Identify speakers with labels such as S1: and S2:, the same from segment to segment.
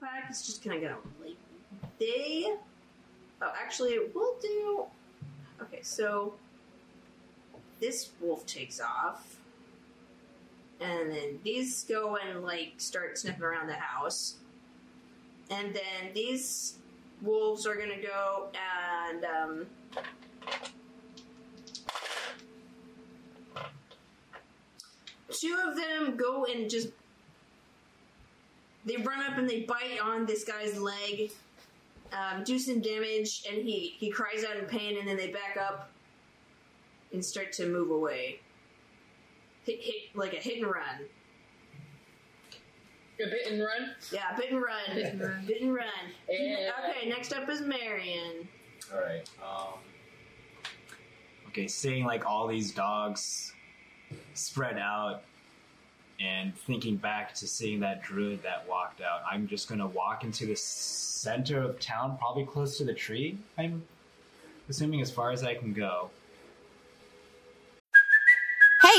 S1: pack is just gonna get on like they. Oh, actually, we'll do. Okay, so this wolf takes off, and then these go and like start sniffing around the house, and then these wolves are gonna go and um, two of them go and just they run up and they bite on this guy's leg, um, do some damage, and he he cries out in pain, and then they back up and start to move away. Hit, hit like a hit and run.
S2: A bit and run.
S1: Yeah, bit and run, bit and run. Bit and run.
S2: Yeah.
S1: Okay, next up is Marion.
S3: All right. Um,
S4: Okay, seeing like all these dogs spread out and thinking back to seeing that druid that walked out, I'm just gonna walk into the center of town, probably close to the tree. I'm assuming as far as I can go.
S5: Hey,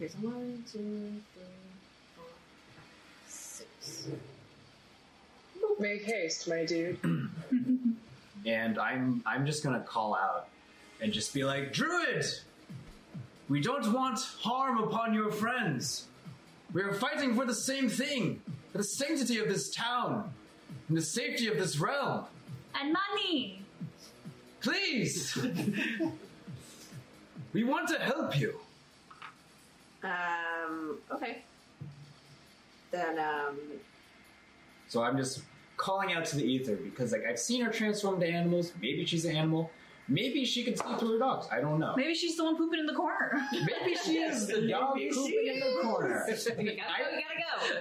S1: Okay, so one, two, three, four, five, six.
S2: Make haste, my dude.
S4: And I'm I'm just gonna call out and just be like, Druid! We don't want harm upon your friends. We are fighting for the same thing, for the sanctity of this town, and the safety of this realm.
S6: And money.
S4: Please! we want to help you.
S1: Um. Okay. Then um.
S4: So I'm just calling out to the ether because like I've seen her transform to animals. Maybe she's an animal. Maybe she can sleep through her dogs. I don't know.
S6: Maybe she's the one pooping in the corner.
S4: Maybe she is the dog pooping in the corner.
S6: we gotta go.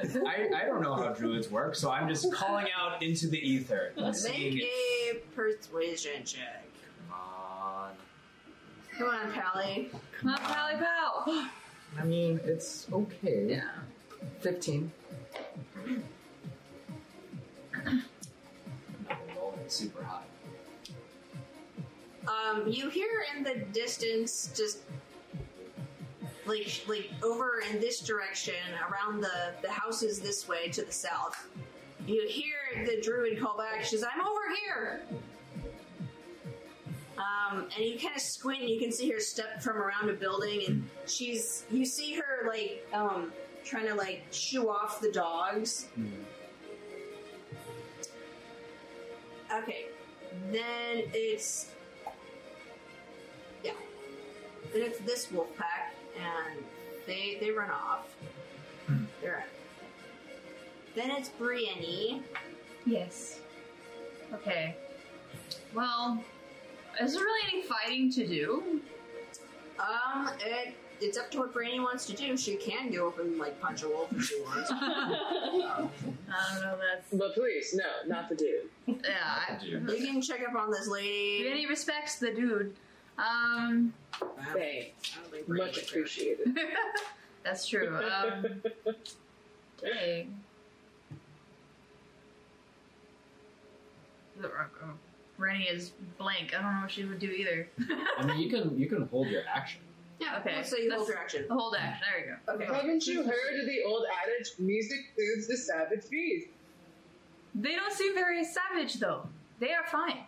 S6: We gotta go.
S4: I, I don't know how druids work, so I'm just calling out into the ether. and
S1: Make
S4: seeing it.
S1: a persuasion check.
S4: Come on.
S1: Come on, Pally.
S6: Come on, pally pal.
S4: I mean, it's okay. Yeah. 15. Super high.
S1: Um, you hear in the distance, just like like over in this direction, around the the houses this way to the south. You hear the druid call back. She says, "I'm over here." Um, and you kind of squint, and you can see her step from around a building, and she's you see her like um trying to like shoo off the dogs.
S4: Hmm.
S1: Okay, then it's yeah. Then it's this wolf pack, and they they run off. They're out. Then it's Brienne.
S6: Yes. Okay. Well, is there really any fighting to do?
S1: Um, it, it's up to what Brienne wants to do. She can go up and like punch a wolf if she wants.
S6: I don't know. That's
S2: But please, no, not the dude.
S6: yeah. I,
S4: Dude.
S1: you can check up on this lady.
S6: if any respects to the dude. Um,
S2: Thanks.
S1: I don't think Brienne
S2: Much
S1: would care.
S2: appreciated.
S6: that's true. Um, dang. The- uh, uh, Rennie is blank. I don't know what she would do either.
S4: I mean, you can you can hold your action.
S1: Yeah.
S6: Okay,
S1: So you hold
S6: that's-
S1: your action.
S6: The whole deck. There we go.
S1: Okay.
S2: Haven't you heard the old adage, music soothes the savage beast?
S6: They don't seem very savage though. They are fine.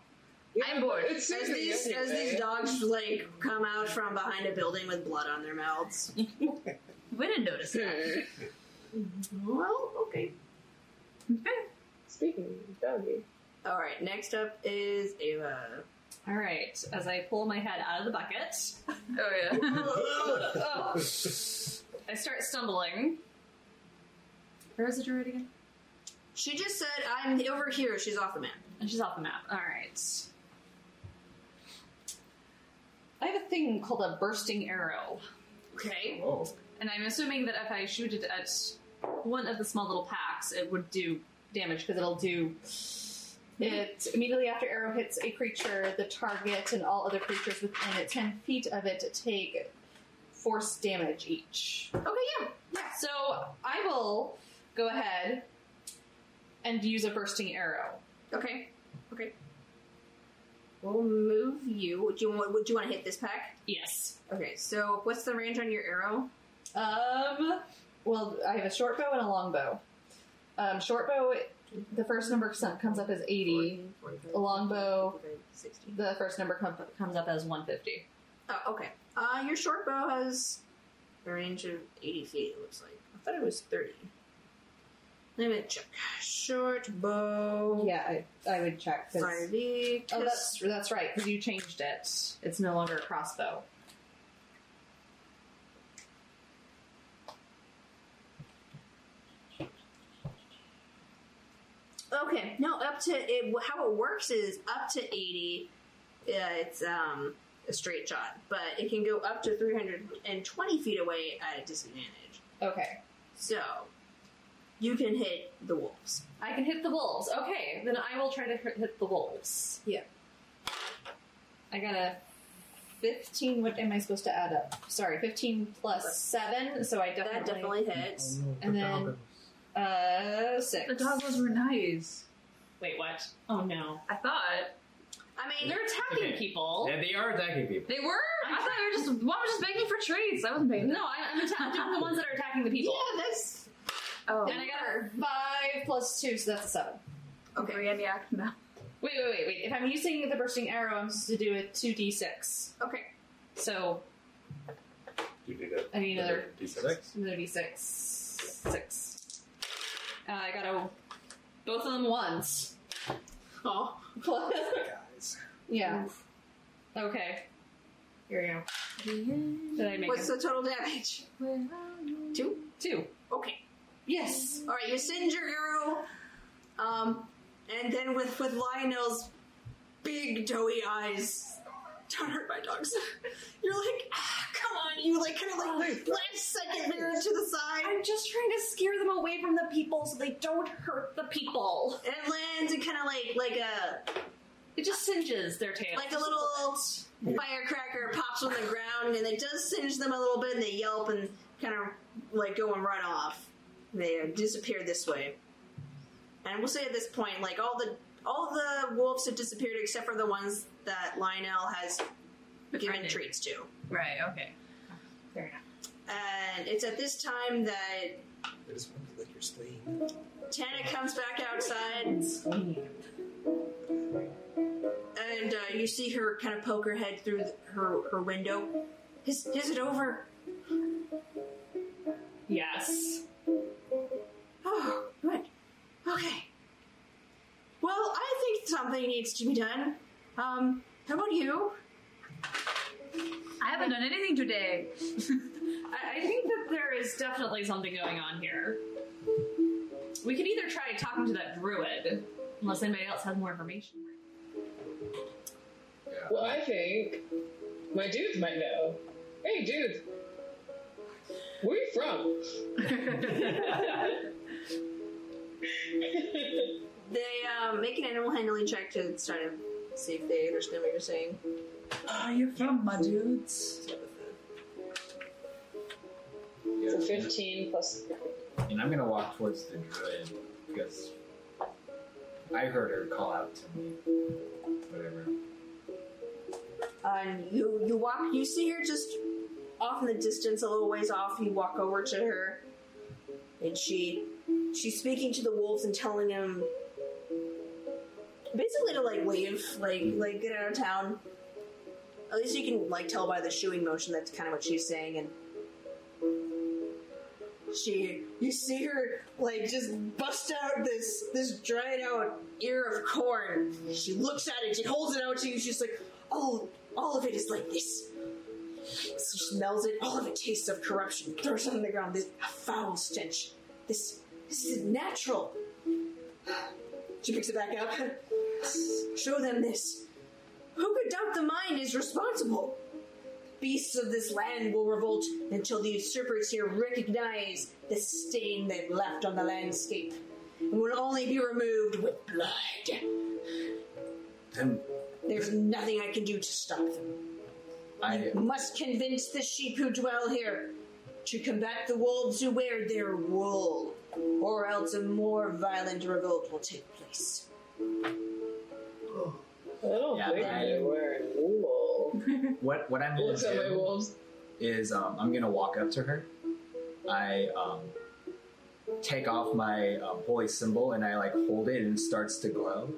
S6: I'm bored.
S2: It's
S1: As
S2: soothing
S1: these
S2: anyway.
S1: as these dogs like come out from behind a building with blood on their mouths.
S6: We didn't notice that.
S1: well, okay.
S7: Hmm.
S2: Speaking of doggy.
S1: All right. Next up is Ava.
S7: All right, as I pull my head out of the bucket,
S6: oh yeah.
S7: Oh. I start stumbling. Where is the druid again?
S1: She just said, "I'm over here." She's off the map.
S7: And she's off the map. All right. I have a thing called a bursting arrow. Okay.
S4: Whoa.
S7: And I'm assuming that if I shoot it at one of the small little packs, it would do damage because it'll do It immediately after arrow hits a creature, the target and all other creatures within it, ten feet of it, take force damage each.
S6: Okay, yeah.
S7: So I will go ahead and use a bursting arrow.
S1: Okay. Okay. We'll move you. Do you want? Would you want to hit this pack?
S7: Yes.
S1: Okay. So what's the range on your arrow?
S7: Um. Well, I have a short bow and a long bow. Um, short bow, the first number some- comes up as eighty.
S1: 14, 45,
S7: A longbow.
S1: 55, 60.
S7: The first number com- comes up as one fifty.
S1: Oh, okay. Uh, your short bow has a range of 80 feet, it looks like. I thought it was 30. Let me check. Short bow.
S7: Yeah, I, I would check. 'cause-
S1: 5e.
S7: oh,
S1: cause-
S7: that's that's right because you changed it. It's no longer a crossbow.
S1: Okay. No, up to it, how it works is up to 80. Uh, it's um, a straight shot, but it can go up to 320 feet away at a disadvantage.
S7: Okay,
S1: So you can hit the wolves.
S7: I can hit the wolves. Okay, then I will try to hit hit the wolves.
S1: Yeah.
S7: I got a fifteen. What am I supposed to add up? Sorry, fifteen plus seven. So I definitely
S1: That definitely hits.
S7: And then- uh six.
S6: The doggos were nice.
S7: Wait, what? Oh no.
S6: I thought
S1: I mean,
S7: They're attacking
S4: Okay.
S7: people.
S4: Yeah, they are attacking people.
S6: they were. i thought they were just. Mom was just begging for treats. I wasn't begging.
S7: No, I, I'm, atta- I'm doing the ones that are attacking the people.
S1: yeah, that's
S6: Oh.
S7: And I got a five plus two, so that's a seven.
S6: Okay. Brienne, yeah. No.
S7: Wait, wait, wait, wait. If I'm using the bursting arrow, I'm supposed to do a two d six.
S1: okay.
S7: So
S3: You need it.
S7: I need another
S3: D6.
S7: another d six. Six. Uh, I got a both of them ones. Oh,
S3: Guys.
S7: yeah. Okay. Here we go. Did I make
S1: What's
S7: it?
S1: the total damage? Two.
S7: two?
S1: Okay.
S7: Yes.
S1: All right. You send your arrow, um, and then with with Lionel's big doughy eyes, don't hurt my dogs. You're like, ah, come on. You like kind of like last second there to the side,
S7: I'm just trying to scare them away from the people so they don't hurt the people.
S1: and it lands and kind of like like a
S7: It just singes their tail.
S1: like a little firecracker pops on the ground, and it does singe them a little bit, and they yelp and kind of like go and run off. They disappear this way, and we'll say at this point, like all the all the wolves have disappeared except for the ones that Lionel has given
S6: Befriended.
S1: treats to.
S6: Right. Okay. Fair enough.
S1: And it's at this time that
S3: I just want to lick your sleeve.
S1: Tana comes back outside. And uh, you see her kind of poke her head through the, her, her window. Is, is it over?
S7: Yes.
S1: Oh, good. Okay. Well, I think something needs to be done. Um, how about you?
S6: I haven't done anything today.
S7: I, I think that there is definitely something going on here. We could either try talking to that druid, unless anybody else has more information.
S2: Well, I think my dudes might know. Hey, dudes, where you from?
S1: They um, make an animal handling check to try to see if they understand what you're saying.
S8: Are you from my dudes?
S2: So fifteen plus.
S4: And I'm gonna walk towards the druid because I heard her call out to me. Whatever.
S1: And you you walk you see her just off in the distance a little ways off you walk over to her and she she's speaking to the wolves and telling them basically to like leave like like get out of town at least you can like tell by the shooing motion that's kind of what she's saying and she you see her like just bust out this this dried out ear of corn she looks at it she holds it out to you she's like all all of it is like this she smells it all of it tastes of corruption throws it on the ground this a foul stench this this is natural she picks it back up show them this who could doubt the mind is responsible beasts of this land will revolt until the usurpers here recognize the stain they've left on the landscape and will only be removed with blood.
S3: them.
S1: There's nothing I can do to stop them.
S3: I
S1: Must convince the sheep who dwell here to combat the wolves who wear their wool, or else a more violent revolt will take place.
S2: I don't
S4: Yeah,
S2: think
S4: I-
S2: they're wearing wool.
S4: What what I'm gonna
S2: Looks at my
S4: do
S2: wolves.
S4: is um, I'm gonna walk up to her. I um, take off my um, holy symbol and I like hold it and it starts to glow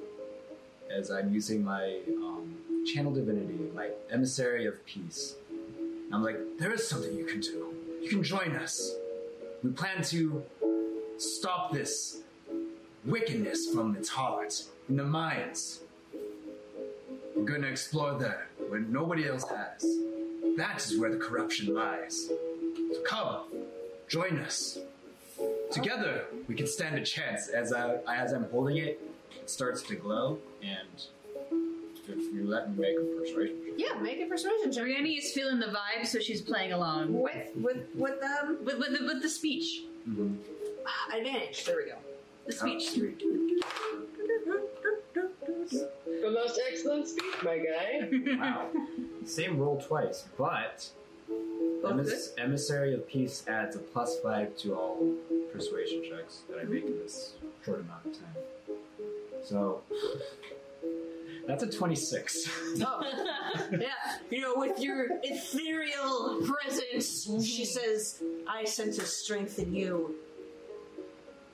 S4: as I'm using my um, channel divinity, my emissary of peace. And I'm like, there is something you can do. You can join us. We plan to stop this wickedness from its heart in the minds. We're gonna explore there where nobody else has. That is where the corruption lies. So come, join us. Together, we can stand a chance. As I as I'm holding it, it starts to glow, and if you let me make a persuasion,
S6: Yeah, make a persuasion check.
S7: Brienne is feeling the vibe, so she's playing along
S1: With with with um
S7: with with the, with the speech.
S1: Mm-hmm. advantage. There we go.
S7: The
S6: Oh,
S7: speech.
S2: The most excellent speech, my guy.
S4: wow, same roll twice, but
S1: Both good.
S4: emis- emissary of peace adds a plus five to all persuasion checks that I make in this short amount of time. So that's a twenty-six.
S1: Oh. Yeah, you know, with your ethereal presence, she says, I sense a strength in you.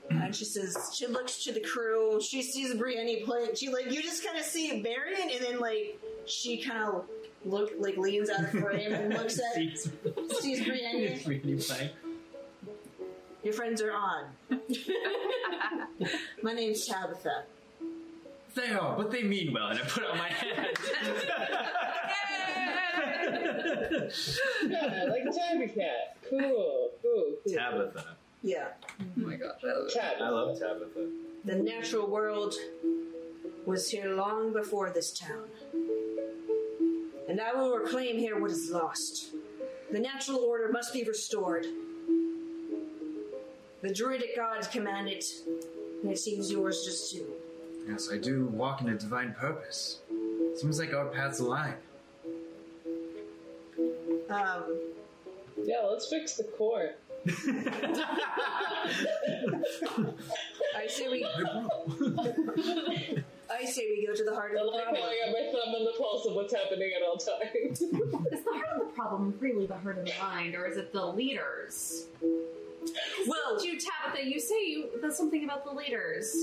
S1: And she says, she looks to the crew, she sees Brienne playing, she like, you just kind of see Varian, and then like, she kind of look, like leans out of the frame and looks at,
S4: Seats-
S1: sees Brienne.
S4: it's really funny.
S1: Your friends are on. My name's Tabitha.
S4: They are, "Oh, but they mean well, and I put out my hand.
S9: Oh
S2: Yeah, like a tabby cat. Cool, cool, cool.
S4: Tabitha.
S1: Yeah.
S2: Tabby.
S4: I love Tabitha.
S1: The natural world was here long before this town. And I will reclaim here what is lost. The natural order must be restored. The druidic gods command it, and it seems yours just do.
S4: Yes, I do walk in a divine purpose. Seems like our paths align.
S1: Um,
S2: Yeah, let's fix the core.
S1: I say we. I say we go to the heart
S2: I
S1: of the
S2: like how
S1: problem.
S2: I got my thumb on the pulse of what's happening at all times.
S7: Is the heart of the problem really the heart of the mind, or is it the leaders?
S1: Well,
S7: You, Tabitha, you say you, there's something about the leaders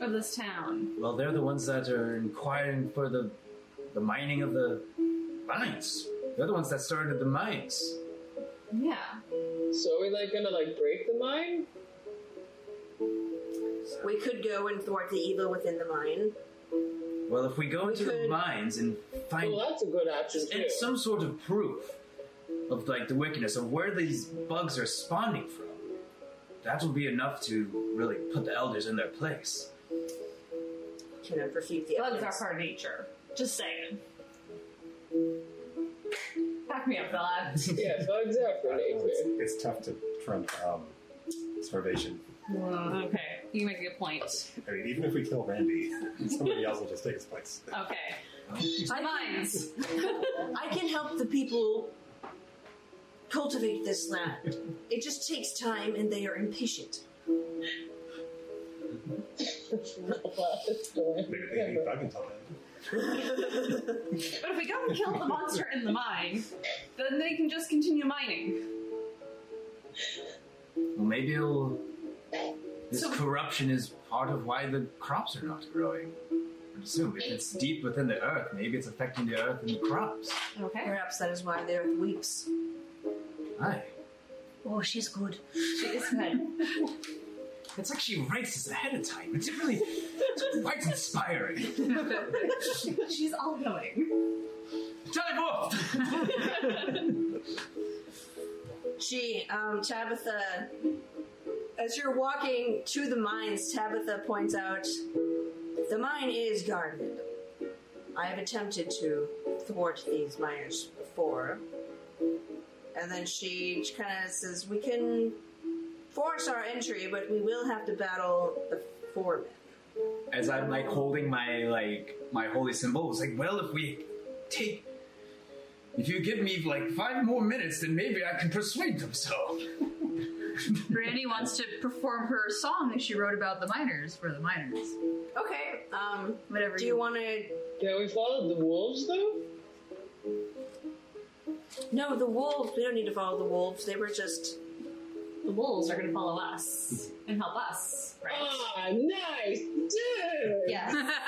S7: of this town.
S4: Well, they're the ones that are inquiring for the the mining of the mines. They're the ones that started the mines.
S7: Yeah.
S2: so are we like gonna like break the mine?
S1: we could go and thwart the evil within the mine.
S4: Well, if we go into the
S1: could-
S4: mines and find
S2: Well, that's a good option too.
S4: and some sort of proof of like the wickedness of where these bugs are spawning from, that will be enough to really put the elders in their place.
S1: Can I refute the
S7: Bugs are
S1: evidence?
S7: part of nature. Just saying. Back me up, Bella.
S2: yeah, bugs out for nature.
S3: It's, it's tough to trump um, starvation.
S7: okay. You make a good point.
S3: I mean, even if we kill Randy, somebody else will just take his place.
S7: Okay.
S1: I can-
S7: Mines.
S1: I can help the people cultivate this land. It just takes time and they are impatient.
S3: Maybe they can eat bug until then.
S7: But if we go and kill the monster in the mine, then they can just continue mining.
S4: Well, maybe it'll. This corruption is part of why the crops are not growing. I'd assume if it's deep within the earth, maybe it's affecting the earth and the crops.
S7: Okay.
S1: Perhaps that is why they're weeps.
S4: Aye.
S1: Oh, she's good.
S7: She is good.
S4: It's like she writes this ahead of time. It's really quite inspiring.
S7: She's all knowing.
S4: Teleport!
S1: She, um, Tabitha, as you're walking to the mines, Tabitha points out the mine is guarded. I have attempted to thwart these miners before. And then she kind of says, We can force our entry, but we will have to battle the foremen.
S4: as I'm like holding my like my holy symbol, it's like, well, if we take, if you give me like five more minutes, then maybe I can persuade them. So
S9: Brandy wants to perform her song that she wrote about the miners for the miners.
S1: Okay. Um,
S9: Whatever.
S1: do you want to?
S2: Yeah, we followed the wolves though?
S1: No, the wolves. We don't need to follow the wolves. They were just.
S7: The wolves are going to follow us and help us, right?
S2: Ah, nice! Dude!
S7: Yes.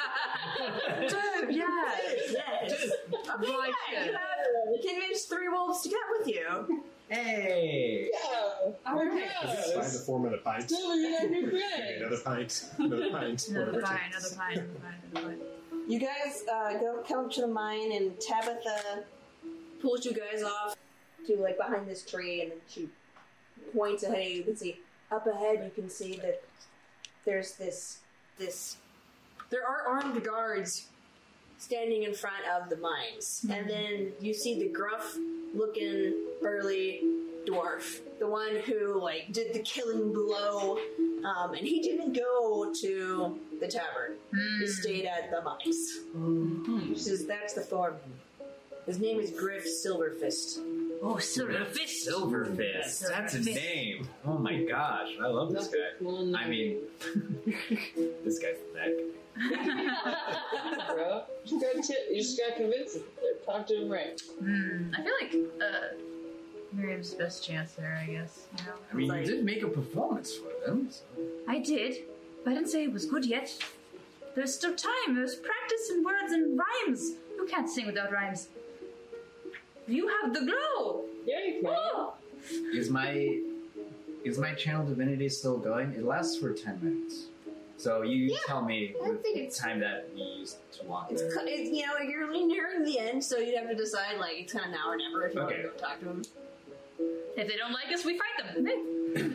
S1: Yes. yes. Okay,
S9: Right,
S1: yeah,
S9: yeah.
S1: you have convinced three wolves to get with you.
S4: hey,
S2: Yeah!
S7: All right.
S3: Just find the four minute pint.
S2: Silver, you're not your
S3: Okay,
S2: friend!
S3: Another pint. Another pint.
S9: Another
S3: whatever it
S9: pine,
S3: takes.
S9: another pine, another pine, another pine.
S1: You guys uh, go come to the mine, and Tabitha pulls you guys off to like behind this tree, and then she points ahead. and You can see up ahead. You can see that there's this this. There are armed guards standing in front of the mines, and then you see the gruff looking burly dwarf, the one who like did the killing blow, um, and he didn't go to the tavern.
S9: Hmm.
S1: He stayed at the mines. He says that's the foreman. His name is Griff Silverfist.
S9: Oh, silver fish.
S4: Silver Fist. That's his name. Oh my gosh, I love this guy. I mean, this guy's that.
S9: Hmm.
S2: bro. You gotta, t- you just gotta convince him. Talk to him right.
S9: Hmm. I feel like uh, Miriam's the best chance there, I guess. You know?
S4: I mean,
S1: Like-
S4: you did make a performance for them. So.
S9: I did, but I didn't say it was good yet. There's still time. There's practice and words and rhymes. You can't sing without rhymes. You have the glow.
S2: Yeah, you can.
S9: Oh,
S4: Is my is my channel divinity still going? It lasts for ten minutes. So you tell me
S1: I
S4: the
S1: think it's-
S4: time that we used to walk
S1: It's,
S4: there.
S1: cu- it's you know you're nearing the end, so you'd have to decide like it's kind of now or never if you
S4: Okay.
S1: want to go talk to him.
S9: if they don't like us, we fight them.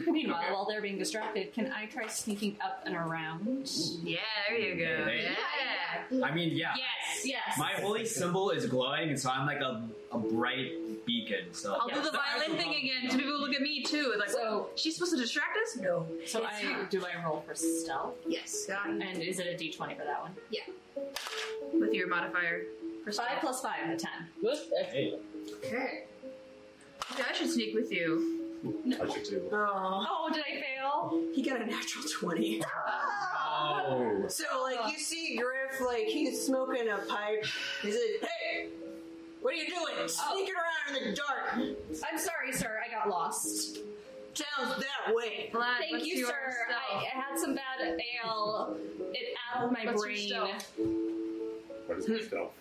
S7: Meanwhile, while they're being distracted, can I try sneaking up and around?
S9: Yeah, there you go.
S4: There you go. I mean, yeah.
S9: Yes.
S7: Yes.
S4: My holy symbol is glowing, and so I'm like a, a bright beacon. So
S9: I'll
S7: Yeah.
S9: do the violin thing again. So people will look at me too. Like,
S7: So-
S9: she's supposed to distract us? No.
S7: so I do I roll for stealth,
S1: Yes, got it.
S7: and is it a D twenty for that one?
S9: With your modifier. For
S7: Five
S9: stealth.
S7: plus five, a ten.
S2: Look, that's
S4: Hey,
S1: Okay.
S9: Yeah, I should sneak with you.
S3: Touch your table.
S1: Oh,
S7: Oh, did I fail?
S1: he got a natural twenty.
S4: oh,
S1: So like you see Griff, like he's smoking a pipe. He's like, "Hey, what are you doing? Sneaking around in the dark?
S7: I'm sorry, sir. I got lost.
S1: Sounds that way."
S9: Vlad,
S7: Thank
S9: what's
S7: you,
S9: your
S7: sir. I,
S9: stealth?
S7: I had some bad ale. It addled my
S9: What's your
S7: brain.
S9: stealth?
S3: What is my stealth?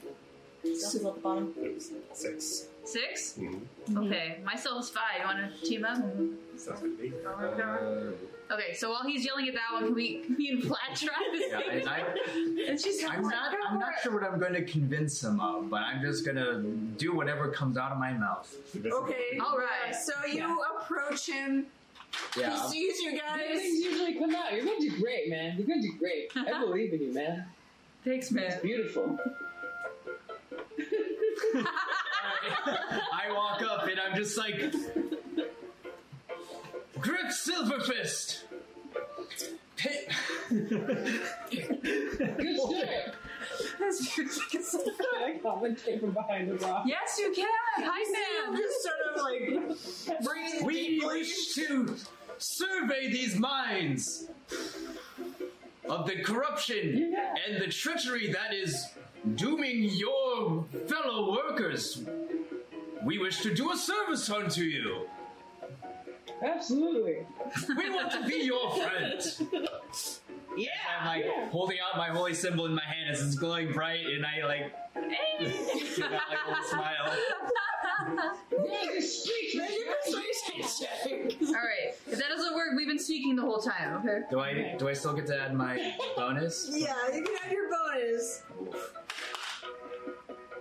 S7: Stealth is at the bottom.
S3: It was six.
S9: 6
S3: Mhm.
S7: Mm-hmm.
S9: Okay, my soul's five. You want to team up?
S3: Sounds good to me.
S4: Uh,
S9: Okay, so while he's yelling at that one, can we, can we and Vlad try this
S4: yeah,
S9: thing?
S4: and I,
S9: And she's
S4: I'm not, I'm not sure what I'm going to convince him of, but I'm just going to do whatever comes out of my mouth.
S1: Okay.
S9: All right.
S1: So you approach him.
S4: Yeah,
S1: He
S4: I'll-
S1: sees you
S2: Good
S1: guys.
S2: things usually come out. You're gonna do great, man. You're gonna do great. I believe in you, man.
S9: Thanks,
S2: It's
S9: man.
S2: beautiful.
S4: I walk up and I'm just like, Griff Silverfist. Hey.
S2: Good start. I commentate from behind the rock.
S9: Yes, you can. Hi,
S1: I'm
S9: Sam.
S1: just sort of like breathing
S4: We
S1: deeply.
S4: wish to survey these mines of the corruption and the treachery that is dooming your fellow workers. We wish to do a service unto you.
S2: Absolutely.
S4: We want to be your friends. Yeah. I'm like holding out my holy symbol in my hand as it's glowing bright, and I like give out like a little smile.
S2: Make a streak, man. You're
S9: All right. If that doesn't work, we've been sneaking the whole time. Okay.
S4: Do I do I still get to add my bonus?
S1: Yeah, you can have your bonus.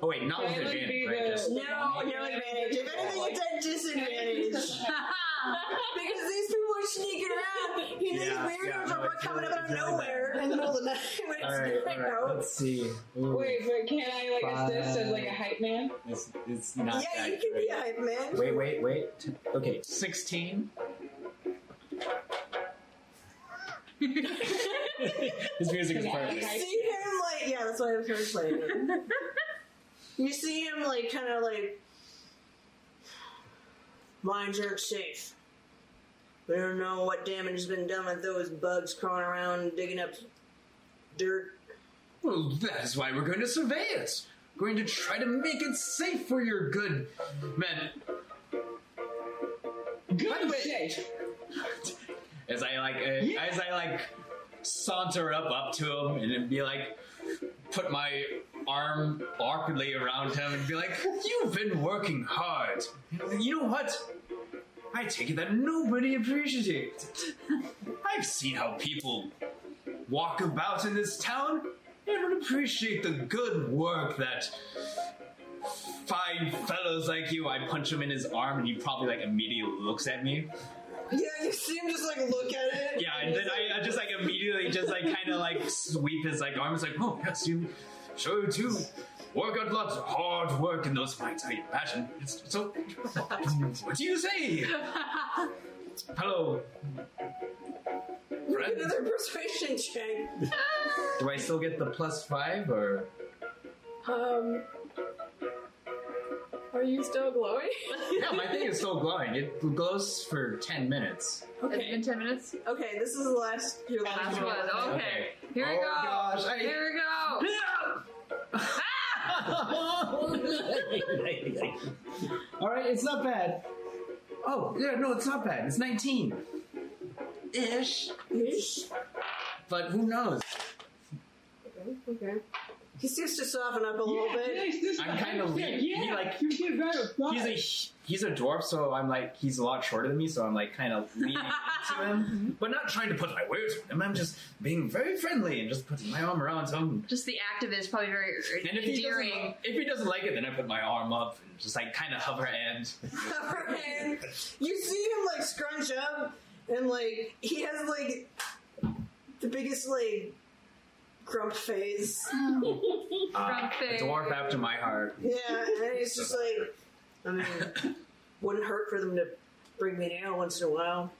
S4: Oh wait, not with
S2: That would be
S4: advantage, right?
S2: the-
S4: Just
S1: No, no advantage. If anything, it's at disadvantage. because these people are sneaking around. You know,
S4: Yeah,
S1: these weirdos
S4: yeah, no,
S1: are
S4: it's
S1: coming
S4: really-
S1: out of
S4: it's really
S1: nowhere
S4: bad.
S1: in the middle of the night when it's
S4: all right, all right.
S1: dark out.
S4: Let's see. Ooh,
S2: Wait, but can I like assist as like a hype man?
S4: It's, it's not
S1: Yeah,
S4: that
S1: you can be
S4: great.
S1: a hype man.
S4: Wait, wait, wait. Okay, sixteen. His music is
S1: You
S4: perfect.
S1: see him like yeah, that's why I was translating. you see him like kind of like mind jerk safe. We don't know what damage has been done with those bugs crawling around digging up dirt.
S4: Well, that is why we're going to survey it. We're going to try to make it safe for your good men.
S2: Good
S4: way-
S2: shit.
S4: As I like, uh, as I like, saunter up up to him and then be like, put my arm awkwardly around him and be like, "You've been working hard. You know what? I take it that nobody appreciates it. I've seen how people walk about in this town. They don't appreciate the good work that." Fine fellows like you, I punch him in his arm, and he probably like immediately looks at me.
S1: Yeah, you see him just like look at it.
S4: Yeah, and then I, I just like immediately just like kind of like sweep his like arm. It's like, oh yes, you sure do work out lots of hard work in those fights. I imagine. It's so. What do you say? Hello. Friend,
S1: Another persuasion check.
S4: do I still get the plus five or?
S7: Um, are you still glowing?
S4: Yeah, my thing is still glowing. It glows for ten minutes.
S7: Okay.
S9: It's been 10 minutes.
S1: Okay, this is the last your last
S9: Last
S1: one.
S9: one. Okay.
S4: Okay.
S9: Here we
S4: Oh,
S9: go.
S4: gosh, I-
S9: Here we go.
S4: All right, it's not bad. Oh yeah, no, it's not bad. It's nineteen. Ish. But who knows?
S1: Okay. He seems to soften up a little bit.
S2: Yes, this
S4: I'm
S2: is
S4: kind of
S2: what I
S4: lean.
S2: said. Yeah,
S4: He like
S2: you give that a five.
S4: he's a he's a dwarf, so I'm like he's a lot shorter than me, so I'm like kind of leaning to him, but not trying to put my weight on him. I'm just being very friendly and just putting my arm around him.
S9: Just the act of it is probably very
S4: And if he, doesn't,
S9: endearing.
S4: if he doesn't like it, then I put my arm up and just like kind of hover and
S1: And you see him like scrunch up and like he has like the biggest like grump face.
S4: uh, a
S9: Grumpy.
S4: dwarf after my heart.
S1: Yeah, and he's just like, I mean, wouldn't hurt for them to bring me down once in a while.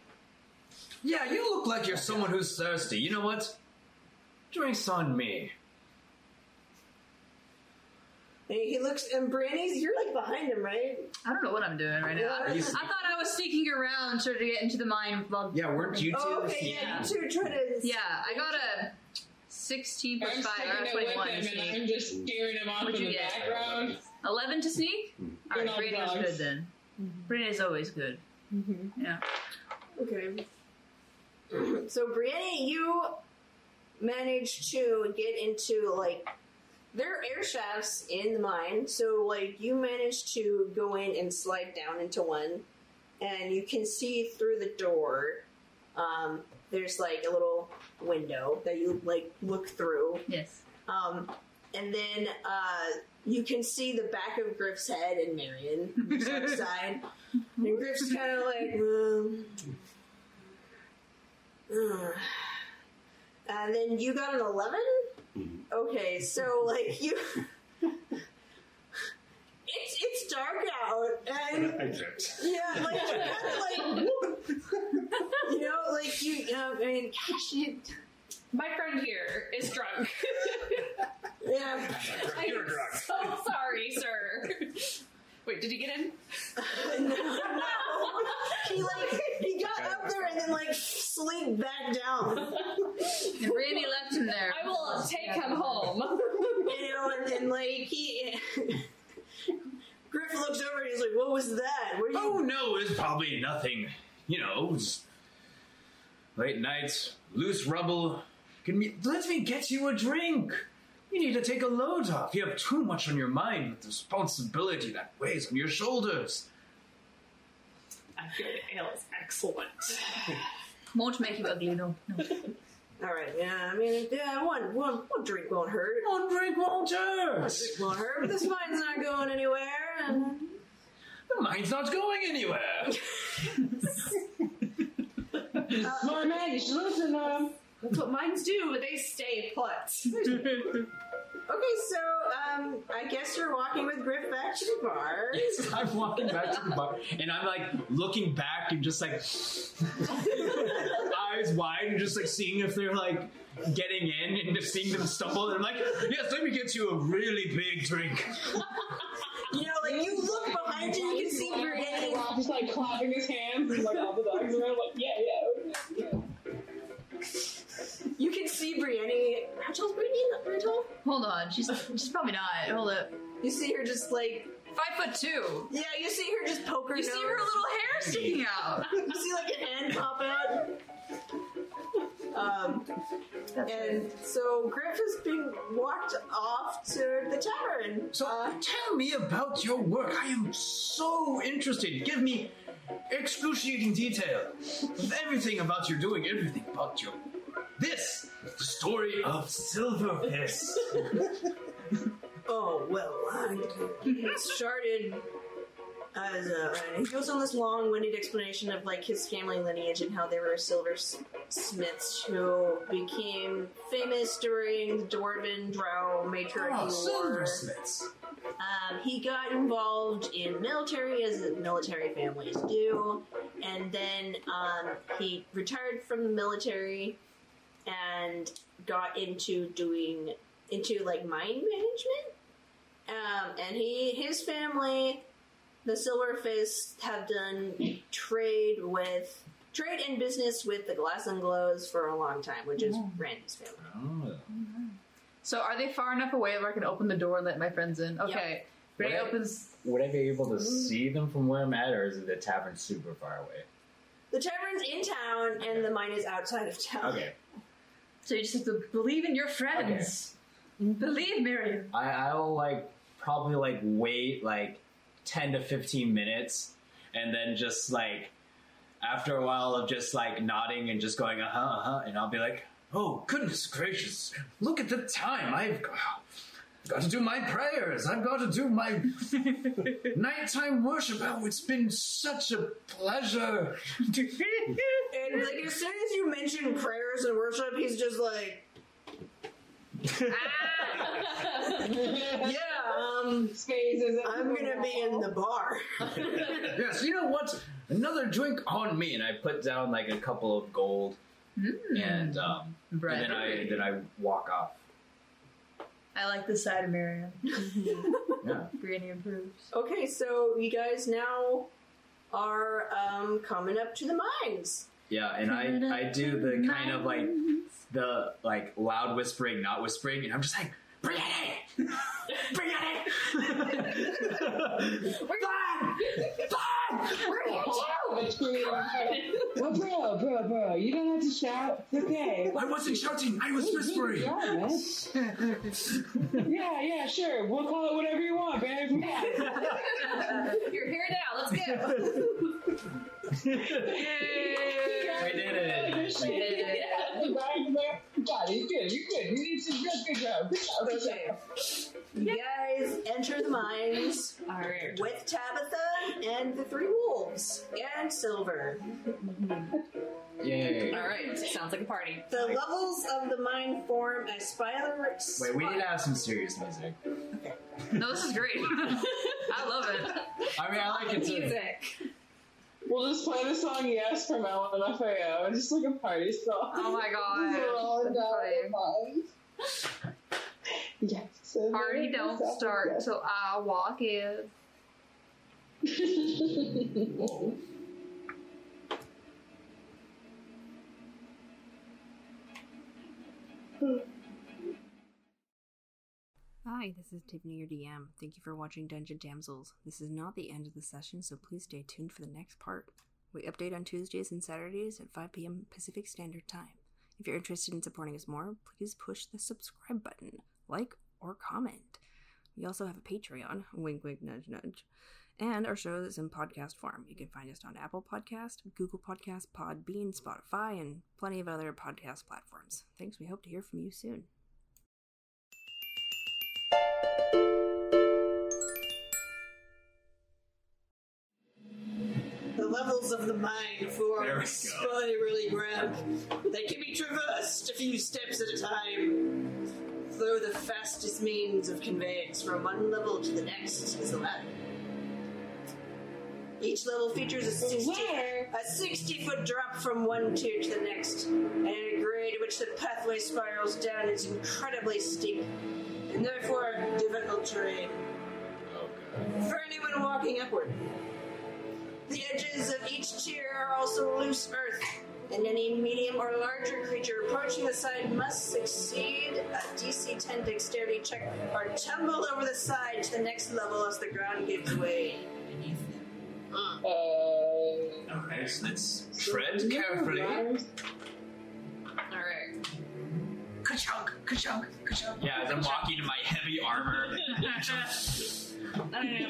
S4: Yeah, you look like you're someone who's thirsty. You know what? Drinks on me.
S1: And he looks, and Brandy's, you're like behind him, right?
S9: I don't know what I'm doing right now.
S1: Are
S9: I
S4: you
S9: thought I was sneaking around trying to get into the mine. Well,
S4: Yeah, weren't you two?
S1: Oh, okay, yeah, you two are trying to.
S9: yeah, I got a 16 plus
S2: I'm
S9: 5,
S2: sticking
S9: I got
S2: it with
S9: 21 to
S2: him, and
S9: sneak.
S2: I'm just staring him off
S9: What'd
S2: in
S9: you
S2: the
S9: get?
S2: background.
S9: 11 to sneak?
S10: Mm.
S2: Good
S9: Alright,
S2: old
S9: Brina's
S2: dogs.
S9: good then. Brina's always good. Yeah.
S1: Okay. so Brienne, you managed to get into like there are air shafts in the mine, so like you managed to go in and slide down into one, and you can see through the door. Um, there's like a little window that you like look through,
S9: Yes.
S1: um, and then uh, you can see the back of Griff's head and Marion just outside. and Griff's is kind of like, um, uh. and then you got an 11? Okay, so like you. It's, it's dark out, and
S3: I tripped.
S1: yeah, like you kind of like, you know, like you, um, I mean, gosh, you,
S10: My friend here is drunk.
S1: yeah,
S10: I
S3: You're
S10: am
S3: drunk.
S10: so sorry, sir. Wait, did he get in?
S1: no, no. He like he got up there and then like slid back down.
S9: And Brandy left him there.
S10: I will take him home.
S1: You know, and then like he Griff looks over and he's like, What was that? Where you
S4: Oh no, it's probably nothing. You know, it's late nights, loose rubble. Can me let me get you a drink. You need to take a load off. You have too much on your mind with the responsibility that weighs on your shoulders.
S10: I feel the ale is excellent.
S9: Won't make you ugly, no. no.
S1: Alright, yeah, I mean yeah, one one one drink won't hurt.
S4: One drink won't hurt.
S1: It won't hurt, but this mine's not going anywhere. And
S4: The mind's not going anywhere.
S1: uh,
S2: My man is losing them.
S10: That's what mines do. They stay put.
S1: Okay, so um I guess you're walking with Griff back to the bar.
S4: So I'm walking back to the bar, and I'm like looking back and just like eyes eyes wide and just like seeing if they're like getting in and just seeing them stumble. And I'm like, yes, let me get you a really big drink.
S1: You know, like you look behind you, you can see Brienne.
S2: Just like clapping his hands and like all the dogs around, like, yeah, yeah.
S1: You can see Brienne. How tall is Brienne? Very tall.
S9: Hold on, she's she's probably not. Hold up.
S1: You see her just like
S9: Five foot two.
S1: yeah, you see her just poke her.
S9: You see her little hair sticking out.
S1: you see like a hand pop out. Um, and so Griff has been walked off to the tavern.
S4: So tell me about your work. I am so interested. Give me excruciating detail of everything about your doing, everything about your. This, the story of Silver Piss.
S1: Oh well, I started as a. And he goes on this long-winded explanation of like his family lineage and how they were silversmiths who became famous during the dwarven drow matriarchy
S4: Oh,
S1: war.
S4: silversmiths.
S1: Um, he got involved in military, as military families do, and then um, he retired from the military and got into doing into like mine management. Um, and he his family, the Silver Fist, have done trade with trade and business with the Glass and Glows for a long time, which is Rand's family.
S11: So are they far enough away where I can open the door and let my friends in? Okay. Ray
S3: Would I-
S11: opens.
S3: Would I be able to see them from where I'm at, or is the tavern super far away?
S1: The tavern's in town, and the mine is outside of town.
S3: Okay.
S12: So you just have to believe in your friends. Believe, Miriam.
S3: I, I'll like probably like wait like ten to fifteen minutes, and then just like after a while of just like nodding and just going uh huh uh huh, and I'll be like,
S4: Oh, goodness gracious. Look at the time. I've got, got to do my prayers. I've got to do my nighttime worship. Oh, it's been such a pleasure.
S1: And like as soon as you mention prayers and worship, he's just like,
S9: Ah!
S1: yeah, um, I'm gonna be in the bar.
S4: yes, you know what? Another drink on me.
S3: and I put down like a couple of gold, and um, and then I then I walk off.
S11: I like the side of Miriam.
S3: Yeah.
S11: Brienne approves.
S1: Okay, so you guys now are um, coming up to the mines.
S3: Yeah, and I I do the kind of like the like loud whispering, not whispering, and I'm just like, bring it in, Ah! bring it in.
S2: Well, bro, bro, bro, you don't have to shout. It's okay.
S4: I wasn't shouting, I was
S2: Yeah,
S4: whispering.
S2: Yeah, man. yeah, yeah, sure. We'll call it whatever you want, babe.
S9: You're here now. Let's go.
S2: We
S3: did it.
S2: We did it. God, you good. You good. You need some good, good job. Good job. Good job.
S1: You guys enter the mines with Tabitha and the three wolves and Silver.
S3: Yay.
S9: All right. Sounds like a party.
S1: The levels of the mine form a spiral.
S3: Wait, we need to have some serious music.
S12: No, this is great. I love it.
S3: I mean, I like it too.
S2: We'll just play the song Yes from Ellen FAO. It's just like a party song.
S12: Oh my god.
S2: Just roll
S12: That's
S2: down the vines. yes. so
S11: Party
S2: there it
S11: don't
S2: is.
S11: start till I walk in.
S7: Hi, this is Tiffany, your DM. Thank you for watching Dungeon Damsels. This is not the end of the session, so please stay tuned for the next part. We update on Tuesdays and Saturdays at 5 p.m. Pacific Standard Time. If you're interested in supporting us more, please push the subscribe button, like, or comment. We also have a Patreon, wink, wink, nudge, nudge, and our show is in podcast form. You can find us on Apple Podcast, Google Podcast, Podbean, Spotify, and plenty of other podcast platforms. Thanks. We hope to hear from you soon.
S1: The levels of the mine
S4: There
S1: form
S4: we go.
S1: a spirally ramp that can be traversed a few steps at a time. Though the fastest means of conveyance from one level to the next is a ladder. Each level features a 60, a 60 foot drop from one tier to the next, and a grade in which the pathway spirals down is incredibly steep, and therefore difficult terrain. For anyone walking upward, the edges of each tier are also loose earth, and any medium or larger creature approaching the side must succeed a DC 10 dexterity check or tumble over the side to the next level as the ground gives way beneath them.
S2: Uh,
S13: Alright, so let's tread carefully.
S7: Alright.
S14: Ka-chunk, ka-chunk, ka-chunk.
S13: Yeah, as I'm walking in my heavy armor.
S7: I don't know about you,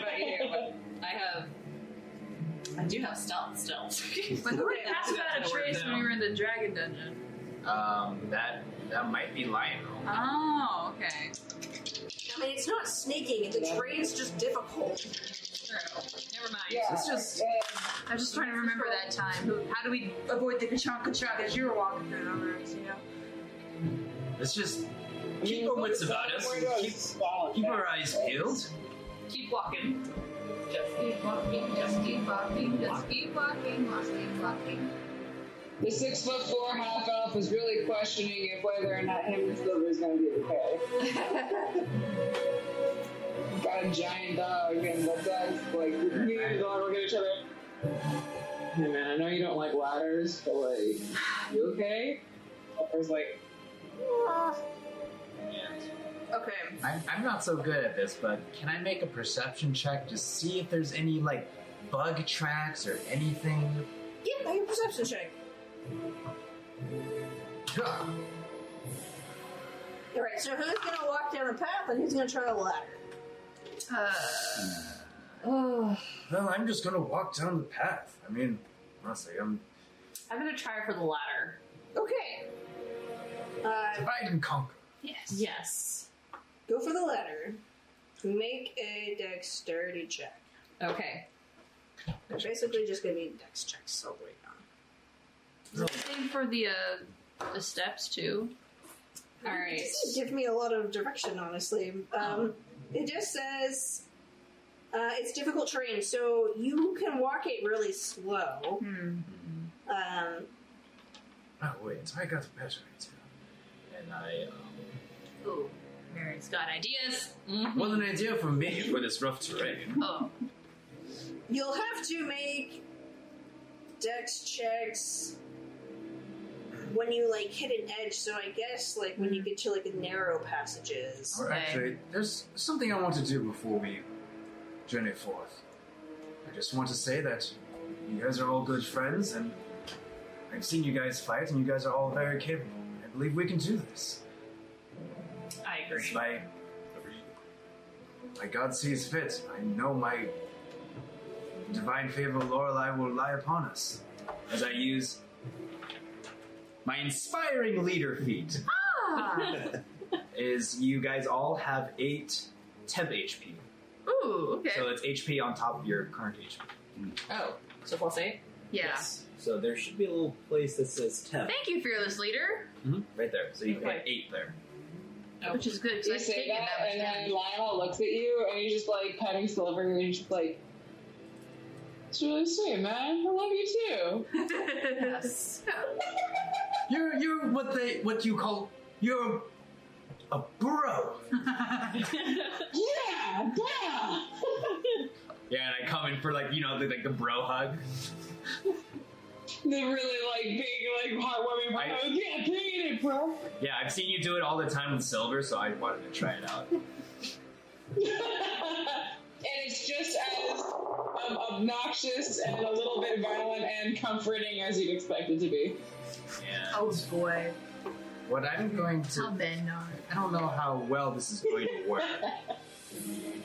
S7: but I have. I do have stealth still.
S9: But who had asked about a trace when we were in the dragon dungeon?
S4: Um, that that might be Lionel.
S9: Oh, okay.
S1: I mean, it's not sneaking, the terrain's just difficult.
S7: Never mind.
S15: Yeah. It's just. I'm just trying to remember that time. Who- How do we avoid the kachonk kachonk as you were walking through the rooms, you know?
S4: Let's just keep our wits about us. Keep, keep our eyes peeled.
S7: Keep walking.
S9: Just keep walking, just keep walking, just keep walking, just keep walking.
S2: The six foot four half elf is really questioning if whether or not him and Silver is going to get repaired. Got a giant dog, and that dog's like, me and the dog look at each other. Hey man, I know you don't like ladders, but like, you okay? I was like,
S1: Okay.
S4: I'm, I'm not so good at this, but can I make a perception check to see if there's any like bug tracks or anything?
S1: Yeah, make a perception check. Alright, so who's gonna walk down the path and who's gonna try the ladder?
S15: Uh,
S4: Oh. Well, I'm just gonna walk down the path. I mean, honestly, I'm
S7: I'm gonna try for the ladder.
S1: Okay. Uh,
S4: divide and conquer.
S7: Yes. Yes.
S1: Go for the ladder. Make a dexterity check.
S7: Okay.
S1: They're basically just gonna be dex checks, so wait on.
S9: Same for the uh, the steps too.
S1: All right. It give me a lot of direction, honestly. Um, it just says uh, it's difficult terrain, so you can walk it really slow.
S9: Hmm.
S1: Um,
S4: Oh wait, so I got the measure too, and I. Um,
S7: Ooh, Mary's got ideas.
S9: Mm-hmm.
S4: Well, an idea for me for this rough terrain.
S7: Oh.
S1: you'll have to make dex checks when you like hit an edge. So I guess like when you get to like the narrow passages.
S4: Or actually, there's something I want to do before we journey forth. I just want to say that you guys are all good friends, and I've seen you guys fight, and you guys are all very capable. I believe we can do this.
S7: I agree.
S4: It's my, my God sees fit. I know my divine favor, Lorelei, will lie upon us. As I use my inspiring leader feat
S9: Ah.
S4: is you guys all have eight temp HP.
S9: Ooh. Okay.
S4: So it's HP on top of your current HP.
S7: Oh, so plus eight?
S9: yeah.
S4: So there should be a little place that says temp.
S9: Thank you, fearless leader.
S4: Mhm, Right there. So you put eight there.
S9: Which is good
S2: You
S9: because I've
S2: say
S9: taken
S2: that,
S9: that much
S2: and
S9: damage.
S2: then Lionel looks at you, and he's just like patting Silver, and he's just like, "It's really sweet, man. I love you too."
S9: yes.
S4: You're you're what they what you call you're a bro.
S2: yeah, yeah.
S13: Yeah, and I come in for like, you know, the, like the bro hug.
S2: The really like big, like heartwarming. I,
S13: I-
S2: yeah, bring it in, bro.
S13: Yeah, I've seen you do it all the time with silver, so I wanted to try it out.
S2: and it's just as um, obnoxious and a little bit violent and comforting as you'd expect it to be.
S9: Oh boy.
S4: What I'm going to
S9: I'll bend on.
S4: I don't know how well this is going to work.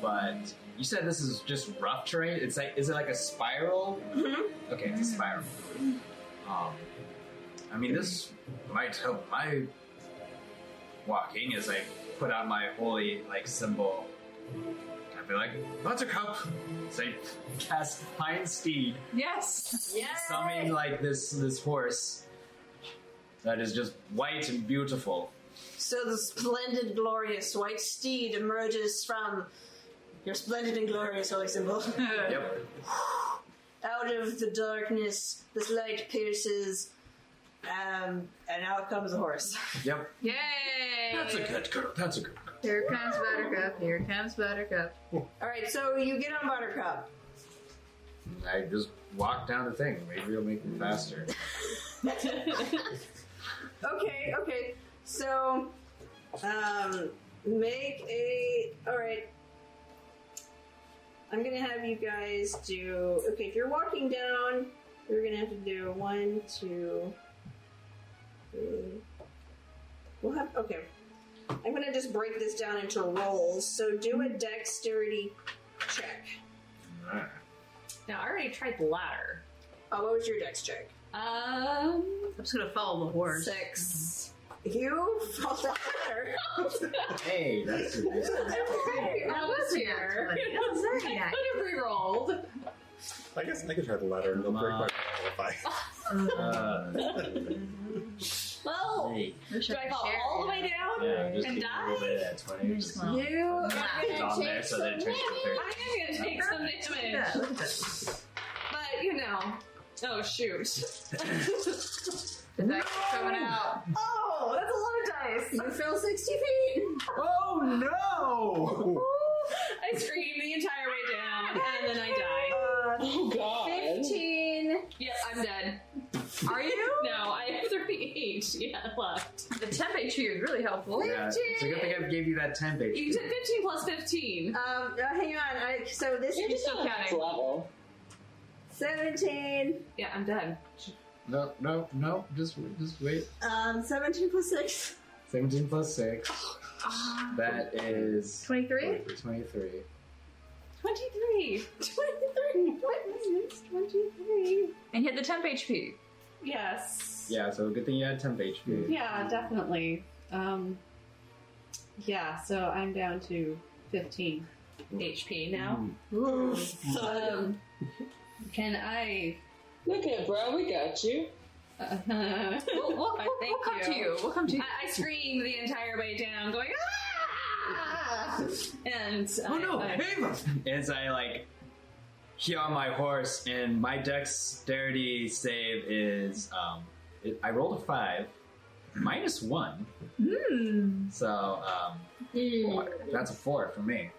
S4: but you said this is just rough terrain. It's like is it like a spiral? Okay, it's a spiral. Um, I mean this might help my walking as I put out my holy like symbol. I'd be like, Buttercup! As I cast Fine Steed,
S9: Yes. Yes.
S4: summon like this this horse that is just white and beautiful.
S1: So the splendid, glorious white steed emerges from your splendid and glorious holy symbol.
S4: Yep.
S1: Out of the darkness, this light pierces, um, and out comes a horse.
S4: Yep.
S9: Yay!
S4: That's a good girl. That's a good girl.
S9: Here comes Buttercup. Here comes Buttercup.
S1: All right, so you get on Buttercup.
S4: I just walk down the thing. Maybe it'll make me faster.
S1: Okay, okay. So, um, make a. All right. I'm gonna have you guys do. Okay, if you're walking down, you're gonna have to do one, two, three. We'll have. Okay. I'm gonna just break this down into rolls. So do a dexterity check.
S7: Now, I already tried the ladder.
S1: Oh, what was your dex check?
S7: Um, I'm just gonna follow the horse.
S1: Six. You fall down there.
S4: hey, that's a nice one.
S7: Hey, I was here. That was
S9: very
S7: I
S9: nice.
S7: could have re-rolled.
S3: I guess I could try the ladder. It'll break my qualify.
S7: Well,
S4: uh, Hey.
S7: Mm-hmm. do I fall all the way down
S4: Yeah, just
S7: Oh.
S4: keep
S7: and
S4: a
S7: die?
S4: little bit of that 20. Just
S7: You are
S4: It's
S7: gonna
S4: on
S7: take
S4: there so that it
S7: some
S4: turns to
S7: damage. I am gonna take some damage.
S9: Yeah, look at
S7: But you know, oh shoot.
S9: The dice are coming out.
S1: Oh, that's a lot of dice. You fell 60 feet.
S4: Oh
S7: I scream the entire way down, and then I die.
S2: Oh god.
S7: 15. Yep, I'm dead.
S9: Are you?
S7: No, I have 38. Yeah, left.
S9: The tempeh tree is really helpful.
S4: no! Yeah, it's a good thing I gave you that 10 page.
S7: You did 15 plus 15.
S1: Um, uh, hang on. I, so this
S7: You're
S1: is
S7: still counting.
S2: level.
S1: 17.
S7: Yeah, I'm done.
S4: No, no, no. Just, just wait.
S1: Um, 17 plus 6.
S4: 17 plus 6. That is
S9: 23?
S4: 23.
S7: 23. 23. What is 23?
S9: And hit the temp HP.
S7: Yes.
S4: Yeah, so good thing you had 10 page.
S16: Yeah, definitely. Um, yeah, so I'm down to 15.
S7: HP now.
S4: Mm-hmm.
S16: Um, can I?
S2: Look at bro, we got you.
S16: Uh, we'll,
S9: We'll, we'll,
S16: I
S9: we'll, we'll
S16: thank
S9: come to
S16: you.
S9: you. We'll come to you.
S7: I, I scream the entire way down, going, ah! And
S4: Oh
S7: I,
S4: no,
S7: I-
S4: Ava! As I like get on my horse, and my dexterity save is um, it, I rolled a five, minus one.
S9: Hmm.
S4: So um, four. that's a four for me.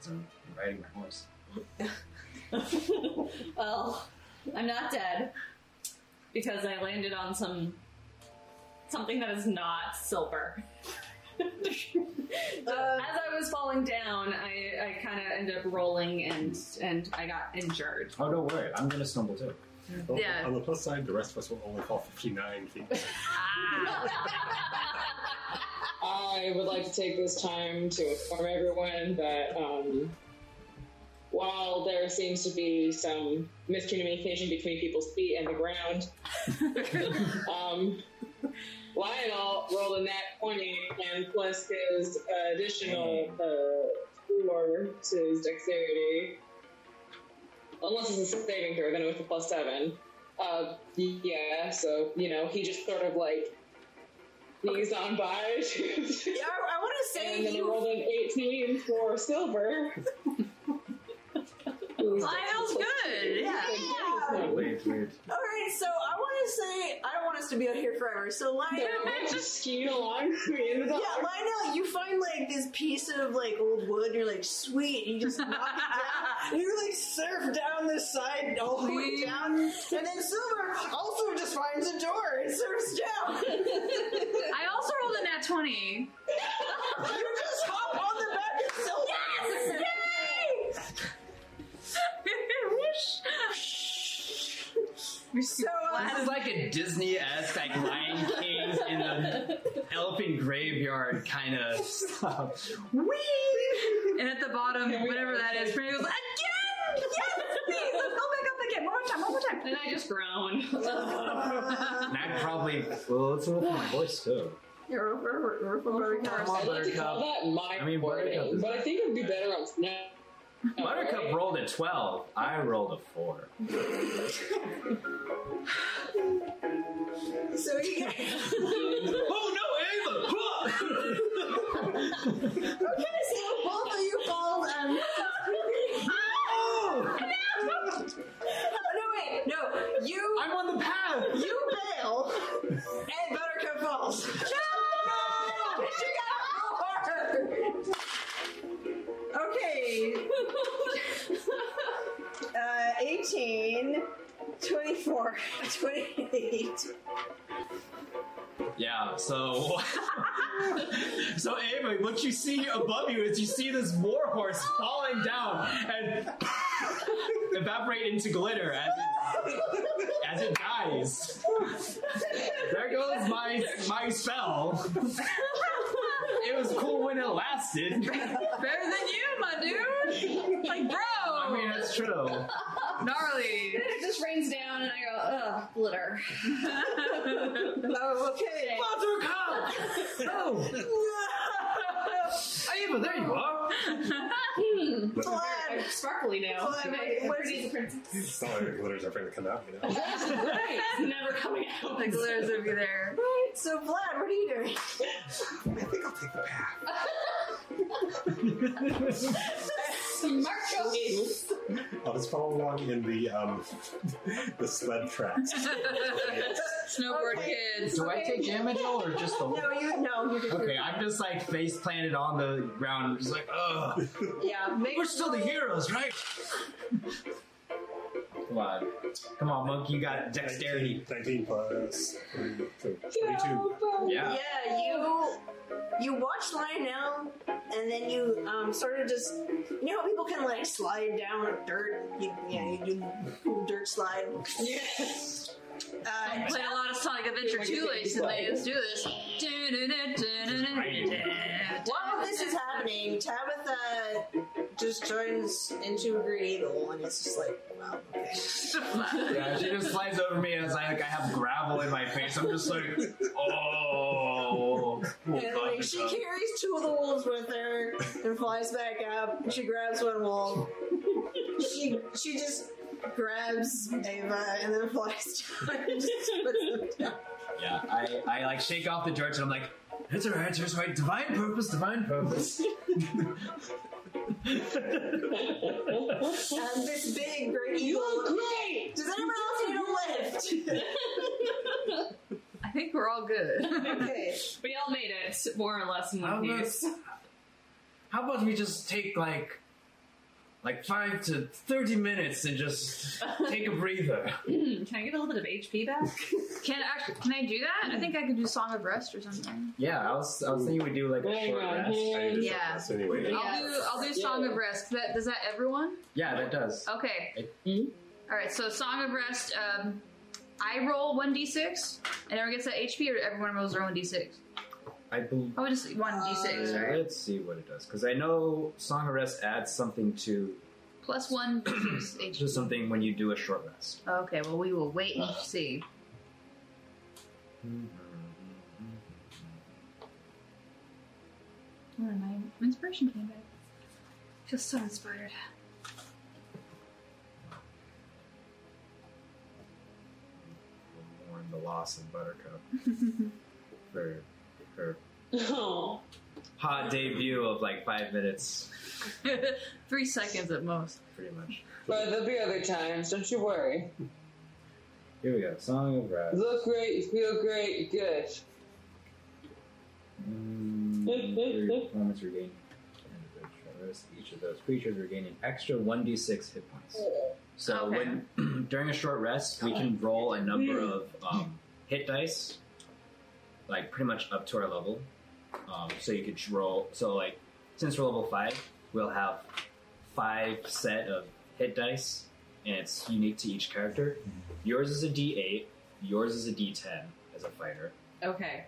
S4: So I'm riding my horse.
S7: well, I'm not dead because I landed on some something that is not silver. so as I was falling down, I, I kind of ended up rolling and and I got injured.
S4: Oh, don't worry, I'm gonna stumble too.
S3: Well,
S7: Yeah.
S3: On the plus side, the rest of us will only fall 59 feet.
S7: Ah,
S2: I would like to take this time to inform everyone that um, while there seems to be some miscommunication between people's feet and the ground, um, Lionel rolled a nat 20 and plus his uh, additional uh, 4 to his dexterity. Unless it's a saving throw, then it was a plus 7. Uh, yeah, so, you know, he just sort of like knees on by.
S1: Yeah, I, I want to
S2: And
S1: say
S2: then I
S1: you.
S2: rolled an 18 for silver.
S9: Lionel's good. Yeah.
S1: Yeah.
S4: Wait, wait.
S1: All right, so I want to say I don't want us to be out here forever. So Lionel,
S2: just skied along to the end of the
S1: yeah, Lionel, you find like this piece of like old wood. And you're like, sweet. And you just knock it down. And you like surf down the side all the way
S9: Sweet.
S1: down, and then Silver also just finds a door and surfs down.
S9: I also rolled a nat 20.
S1: you just hop on the back of Silver. Yes! So uh,
S4: This is like a Disney esque, like Lion King in the elfin graveyard kind of stuff.
S9: And at the bottom, whatever that is, Franny goes, again! Yes, please! Let's go back up again. One more time, one more time.
S7: And I just groan.
S4: And I probably well, let's look at my voice too.
S2: I'd like to call that my
S4: I mean, Buttercup is-
S2: but I think it would be better on Snap.
S4: Buttercup rolled a twelve. I rolled a four.
S1: so you guys.
S4: oh
S1: Okay, so both of you fall. Um, no, Uh, Twenty-eight.
S4: Yeah, so So Ava, what you see above you is you see this war horse falling down and evaporate into glitter as it as it dies. There goes my my spell. It was cool when it lasted.
S9: Better than you, my dude. Like, bro.
S4: I mean that's true.
S9: Gnarly.
S7: It just rains down, and I go, ugh, glitter.
S1: oh, okay.
S4: Mother Oh. Ava, there you are.
S7: Hmm.
S1: Blood.
S7: I'm sparkly now.
S1: Blood.
S7: Okay,
S1: What
S7: pretty
S1: is-
S7: different.
S3: It's not like the glitters ever going to come out, you know?
S7: It's never coming out.
S9: The glitter's over there.
S1: Right, so Vlad, what are you doing?
S3: I think I'll take the path.
S7: Smart choice.
S3: I'll just follow along in the um, the sled tracks.
S9: Snowboard kids.
S4: Do I take damage or just the
S1: No, you no, you didn't.
S4: Okay, I'm just like face planted on the ground, just like, ugh.
S1: Yeah, make
S4: We're still the heroes, right? Come on. Come on, Monk, you got dexterity.
S3: 19 plus 22.
S4: Yeah.
S1: Yeah, you you watch Lionel, and then you um, sort of just you know how people can like slide down dirt. You, yeah, you do cool dirt slide.
S9: I
S1: Uh,
S9: played a lot of Sonic Adventure 2 recently. Let's do this.
S1: while this is happening, Tabitha just joins into a great evil, and it's just like, wow, okay.
S4: Yeah, she just flies over me and it's like I have gravel in my face. I'm just like, oh.
S1: And like, she carries two of the wolves with her and flies back up. She grabs one wolf. she she just grabs Ava and then flies down and just puts them down.
S4: Yeah, I, I like shake off the dirt and I'm like, it's alright, it's alright. Divine purpose, divine purpose.
S1: And Um, this big great evil.
S7: great.
S1: Does anyone else need a lift?
S9: I think we're all good.
S1: okay.
S7: We all made it, more or less, in
S4: How
S7: one
S4: about,
S7: piece.
S4: how about we just take like like five to thirty minutes and just take a breather?
S7: Hmm, Can I get a little bit of HP back?
S9: Can actually can I do that? I think I could do Song of Rest or something.
S4: Yeah, I was I was thinking we do like a short rest.
S9: Yeah.
S3: anyway.
S9: I'll do I'll do Song of Rest. That does that everyone?
S4: Yeah, that does.
S9: Okay.
S4: It-
S9: All right. So Song of Rest. Um, I roll one d6, and everyone gets that HP, or everyone rolls their own d6.
S4: I believe.
S9: Probably just one d6, right?
S4: Let's see what it does because I know song of rest adds something to
S9: Plus one d6 HP.
S4: to something when you do a short rest.
S9: Okay, well, we will wait and see. Oh, my inspiration came back. Feel so inspired.
S17: mourn the loss of Buttercup
S4: for her
S18: Oh.
S4: hot debut of like five minutes,
S9: Three seconds at most.
S4: pretty much.
S2: But there'll be other times, don't you worry.
S4: Here we go. Song of
S2: You
S4: rest.
S2: look great, you feel great, you're good.
S4: Your Mm, performance regain rest. Each of those creatures regaining extra 1d6 hit points. So
S9: Okay.
S4: when during a short rest, we can roll a number of um, hit dice, like pretty much up to our level. Um, so you could roll. So like since we're level five, we'll have five set of hit dice, and it's unique to each character. Yours is a d8. Yours is a d10 as a fighter.
S7: Okay.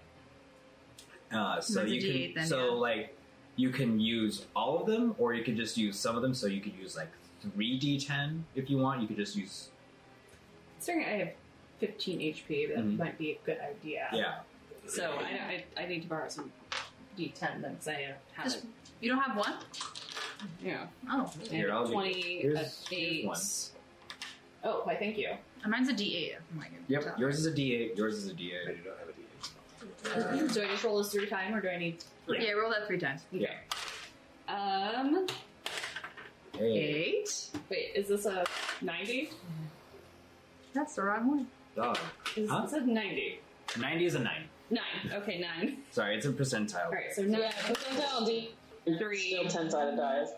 S4: Uh, so
S9: That's a
S4: you can
S9: D8 then,
S4: so
S9: yeah.
S4: like you can use all of them, or you could just use some of them. So you could use like three d10 if you want. You could just use
S7: Considering I have 15 HP, that
S4: Mhm.
S7: might be a good idea.
S4: yeah.
S7: So I, I, I need to borrow some D10 then, because I don't have
S9: Just-
S7: it.
S9: You don't have one?
S7: Yeah.
S9: Oh,
S4: Here, I'll
S7: And
S4: give you-
S7: 20,
S4: here's-
S7: a
S4: here's one.
S7: eight. Oh, why, thank you.
S9: mine's a D8. Oh my goodness.
S4: Yep. Yours is a d8. Yours is a
S3: I
S4: d8.
S3: do not have a D8.
S7: Do I just roll this three time, or do I need...
S9: Yeah. roll that three times.
S4: Yeah.
S7: Um,
S4: Hey,
S9: Eight.
S7: wait, is this a 90?
S9: That's the wrong one.
S4: dog.
S7: Is
S4: Huh?
S7: It said 90.
S4: Ninety is a nine.
S7: Nine. Okay, nine.
S4: Sorry, it's a percentile.
S7: All right, so nine.
S19: put them down, D.
S7: Three.
S2: Still 10 sided dice.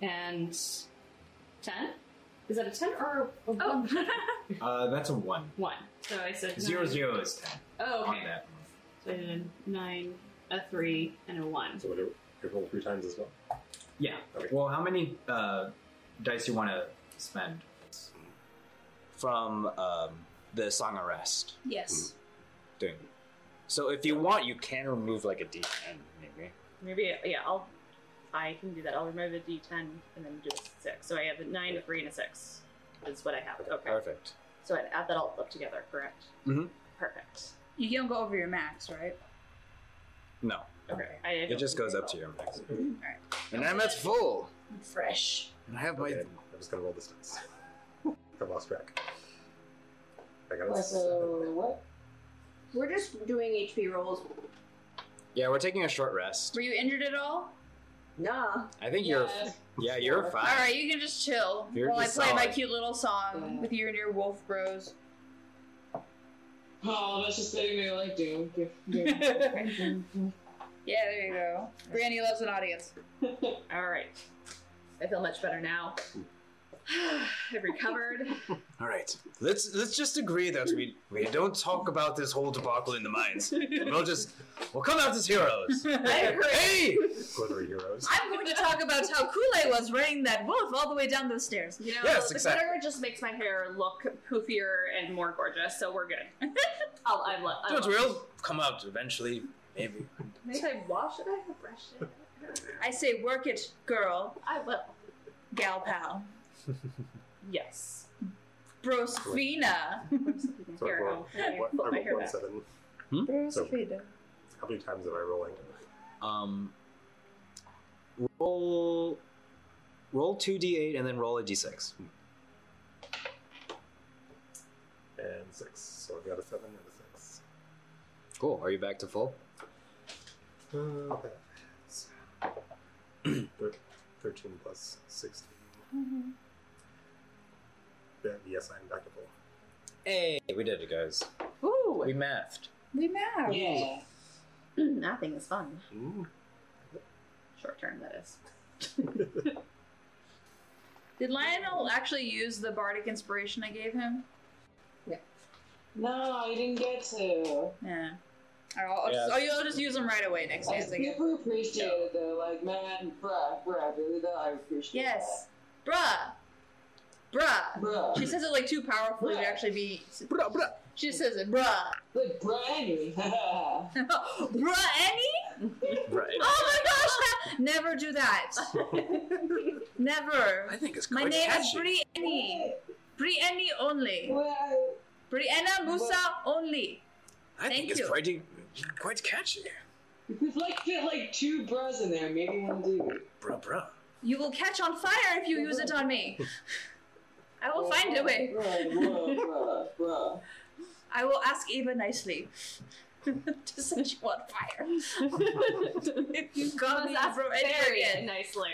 S7: and ten. Is that a 10 or a
S19: Oh.
S7: 1?
S20: Uh, that's a one.
S7: 1. So I said nine.
S20: Zero zero is ten.
S7: Oh, okay.
S20: On that.
S7: So I did a 9, a 3, and a 1.
S3: So would it it roll three times as well?
S20: Yeah. Well, how many uh, dice you want to spend
S4: from um, the Song of Rest?
S7: Yes.
S4: Doing. So if you want, you can remove like a D10, maybe.
S7: Maybe, yeah, I'll. I can do that. I'll remove a d10 and then do a 6. So I have a 9, a 3, and a 6 is what I have. Okay.
S4: Perfect.
S7: So I'd add that all up together, correct?
S4: Mm-hmm.
S7: Perfect.
S21: You don't go over your max, right?
S4: No.
S7: Okay. I
S4: It just goes up to your max.
S21: Alright.
S4: And I'm at full.
S21: Fresh.
S4: And I have my.
S3: Okay, I'm just gonna roll this dice. I lost track. I got a
S9: Wait,
S3: s-
S9: so what? We're just doing HP rolls.
S4: Yeah, we're taking a short rest.
S9: Were you injured at all? Nah.
S4: I think you're. Yeah, you're fine.
S9: All right, you can just chill
S4: You're
S9: while
S4: just
S9: I play my
S4: solid.
S9: cute little song with you and your wolf bros.
S2: Oh, that's just sitting there like, dude.
S9: Yeah, there you go. Brandy loves an audience.
S7: All right. I feel much better now. I've recovered.
S4: All right. Let's let's just agree that we we don't talk about this whole debacle in the mines. We'll just we'll come out as heroes. Hey,
S3: glittery heroes.
S9: I'm going to talk about how cool I was running that wolf all the way down those stairs.
S7: You know,
S4: Yes,
S7: the
S4: exactly.
S7: glitter just makes my hair look poofier and more gorgeous, so we're good. I'll, I love.
S4: Don't we all come out eventually? Maybe.
S9: Should I wash it? I have brush it. I say work it, girl.
S7: I will.
S9: Gal pal.
S7: Yes.
S9: Brosfina.
S3: So I rolled, what, I rolled one seven. So how many times am I rolling?
S4: Um. Roll. Roll two d8 and then roll a d6.
S3: And six. So I got a seven and a six.
S4: Cool. Are you back to full?
S3: Uh, that's- thir- Thirteen plus sixteen.
S4: Mm-hmm.
S3: Yeah, yes, I am back to full.
S4: Hey, we did it, guys.
S7: Ooh.
S4: We mathed.
S9: We married.
S3: Yeah.
S7: Nothing is fun.
S3: Ooh.
S7: Short term, that is.
S9: Did Lionel actually use the bardic inspiration I gave him?
S2: No, I didn't get to.
S9: Yeah. I'll,
S2: Yeah.
S9: I'll just, oh, you'll just use them right away next
S2: I
S9: time. I guess.
S2: super appreciate it though. Like, man, bruh, bruh, really though, I appreciate
S9: Yes. Bruh. Bruh.
S2: Bruh.
S9: She says it like too powerfully to actually be.
S4: Bruh, bruh.
S9: She just says it, bruh.
S2: Like, bruh, Annie. bruh,
S9: Annie?
S4: Right.
S9: Oh my gosh! Never do that. Never.
S4: I think it's
S9: My
S4: quite
S9: name is
S4: catchy.
S9: Brienne. Brienne only. Brianna Musa only.
S4: I
S9: Thank
S4: think it's
S9: you.
S4: quite quite catchy.
S2: We've like fit like two bras in there, maybe one dude.
S4: Bruh, bruh.
S9: You will catch on fire if you use it on me. I will find a way.
S2: Bruh, bruh,
S9: I will ask Eva nicely to set you on fire. if you call me
S7: That's
S9: bro
S7: very
S9: again.
S7: nicely.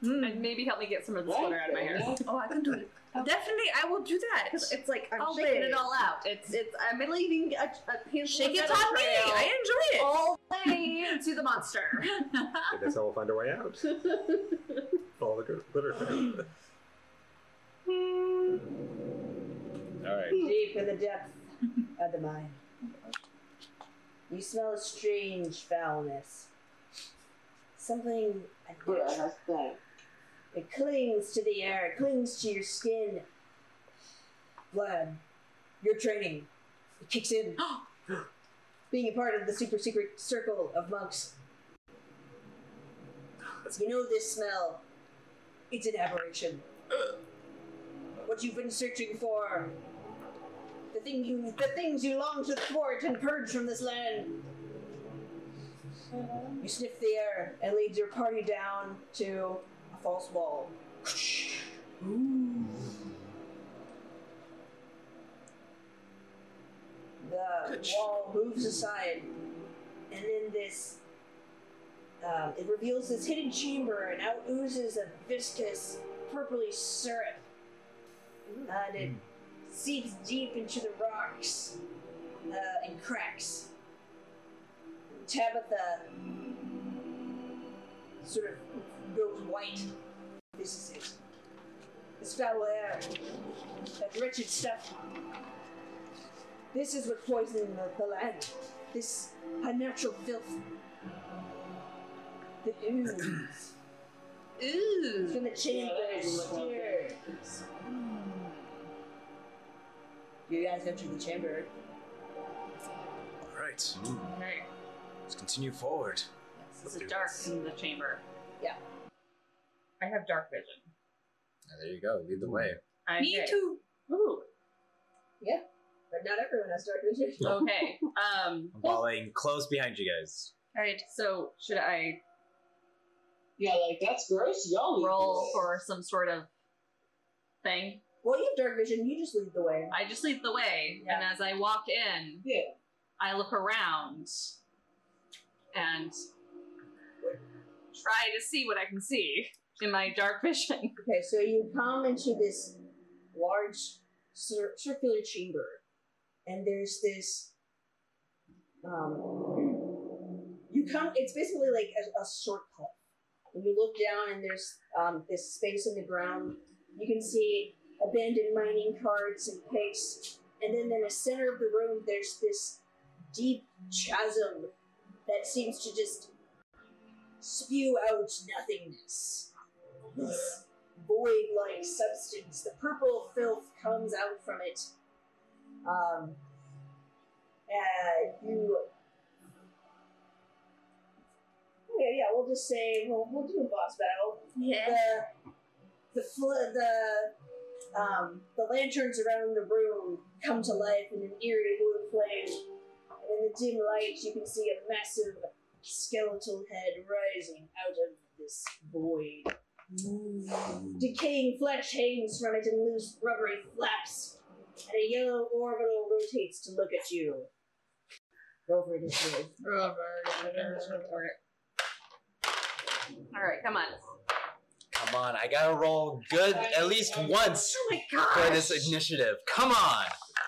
S7: And maybe help me get some of the
S9: Right.
S7: glitter out of my hair.
S9: Oh, I can do it. Definitely, I will do that.
S7: It's like
S9: I'm
S7: I'll
S9: shaking
S7: wait.
S9: it all out.
S7: It's
S9: it's-
S7: I'm leaving a, a
S9: Shake it on me. I enjoy it.
S7: all the way to the monster.
S3: I guess I will find a way out. Follow the gl- glitter.
S4: All right.
S9: Deep
S1: in the depth of the mine. You smell a strange foulness. Something unnatural. It clings to the air, it clings to your skin. Vlad, your training. It kicks in. Being a part of the super secret circle of monks. You know this smell. It's an aberration. What you've been searching for the thing you, the things you long to thwart and purge from this land. You sniff the air and lead your party down to a false wall. The wall moves aside, and in this, um, it reveals this hidden chamber and out oozes a viscous, purpley syrup. And it seeps deep into the rocks uh, and cracks. Tabitha sort of goes white. This is it. the spell there. That wretched stuff. This is what poisoned the, the land. This unnatural filth. The ooze.
S22: Ooh.
S1: It's gonna change
S22: Yeah, that
S1: the
S22: doesn't look
S1: spirit. You guys go to the chamber.
S23: All right.
S3: Right.
S23: Let's continue forward.
S3: This is dark in the chamber.
S1: Yeah.
S3: I have dark vision.
S23: There you go. Lead the way.
S3: I
S1: Me
S3: too. Ooh.
S1: Yeah, but not everyone has dark vision.
S3: Okay. Um.
S4: While I'm close behind you guys.
S3: All right. So should I?
S7: Yeah, like that's gross. Y'all lead
S3: roll
S7: the way.
S3: for some sort of thing.
S1: Well, you have dark vision. You just lead the way.
S3: I just lead the way, and as I walk in,
S7: yeah.
S3: I look around and try to see what I can see in my dark vision.
S1: Okay, so you come into this large cir- circular chamber, and there's this. Um, you come. It's basically like a, a short cliff. When you look down, and there's um, this space in the ground. You can see abandoned mining carts and pigs, and then in the center of the room, there's this deep chasm that seems to just spew out nothingness this void like substance. The purple filth comes out from it. Um, uh, you. Okay, yeah, we'll just say we'll, we'll do a boss battle. Yeah. The the, fl- the um, the lanterns around the room come to life in an eerie blue flame, and in the dim light you can see a massive skeletal head rising out of this void. Decaying flesh hangs from it in loose rubbery flaps, and a yellow orbital rotates to look at you. Rover initiative.
S3: All right, come on.
S4: Come on, I gotta roll good at
S9: Oh
S4: least once for this initiative. Come on,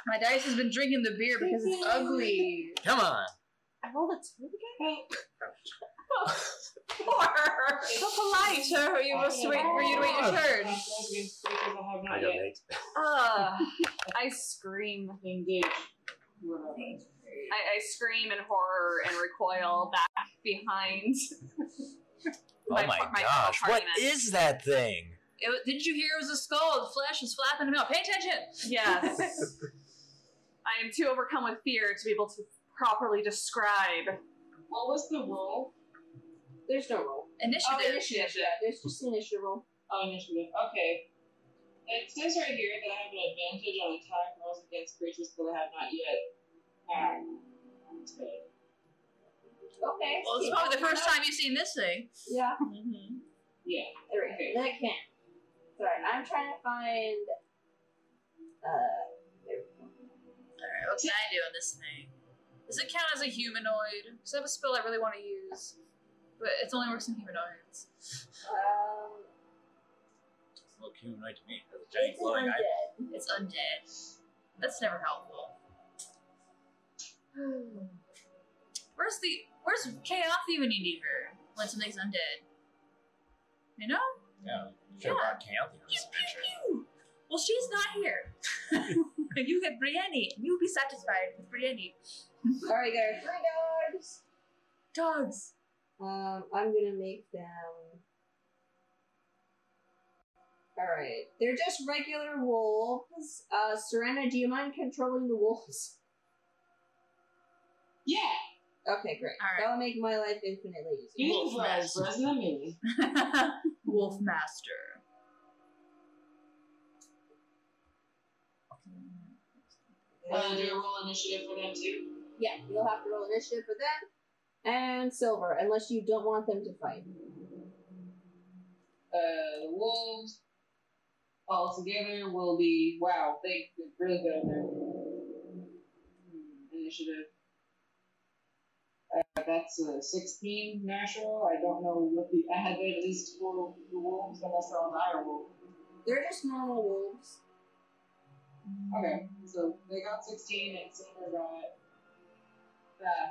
S9: My dice has been drinking the beer because it's ugly.
S4: come on.
S3: I rolled a two again? Four! So polite!
S9: Sure, you must wait for you to wait your turn.
S24: I donate.
S9: Ah,
S3: Uh, I scream. Engage. I, I scream in horror and recoil back behind.
S4: oh my gosh,
S3: party
S4: what
S3: man.
S4: is that thing?
S9: It, wa- didn't you hear it was a skull? The flesh was flapping about. Pay attention!
S3: Yes. I am too overcome with fear to be able to properly describe.
S7: What was the roll?
S1: There's no roll.
S9: Initiative.
S7: Oh, initiative. Yeah,
S1: there's just an initiative roll.
S7: Oh, initiative. Okay. It says right here that I have an advantage on attack rolls against creatures that I have not yet. Um,
S1: Okay.
S9: Well, it's probably the first time you've seen this thing.
S1: Yeah.
S7: Yeah.
S1: There we go. That can't. Sorry, I'm trying to find. Uh, there we go.
S9: Alright, what can I do on this thing? Does it count as a humanoid? Because I have a spell I really want to use, but it only works in humanoids.
S1: Um,
S4: Look humanoid to me. Has a
S1: it's an undead.
S9: It's undead. That's never helpful. Where's the where's Kaothi when you need her? When something's undead. You know?
S4: Yeah, should have brought Canthe on this
S9: Phew. Well she's not here. And you get Brienne, and you'll be satisfied with Brienne.
S1: Alright, guys. Hi, dogs!
S9: Dogs.
S1: Um, I'm gonna make them. Alright. They're just regular wolves. Uh, Serena, do you mind controlling the wolves?
S7: Yeah.
S1: Okay, great.
S9: Alright.
S1: That'll make my life infinitely easier.
S7: You was resident me.
S9: Wolf Master.
S7: Uh, do you roll initiative for them too?
S1: Yeah, you'll have to roll initiative for them. And silver, unless you don't want them to fight.
S7: Uh, the wolves all together will be wow. They did really good on their hmm, initiative. Uh, that's a 16 natural. I don't know what the I had that is for the wolves unless they're on the higher wolf.
S1: They're just normal wolves.
S7: Okay, so they got 16 and Silver got uh,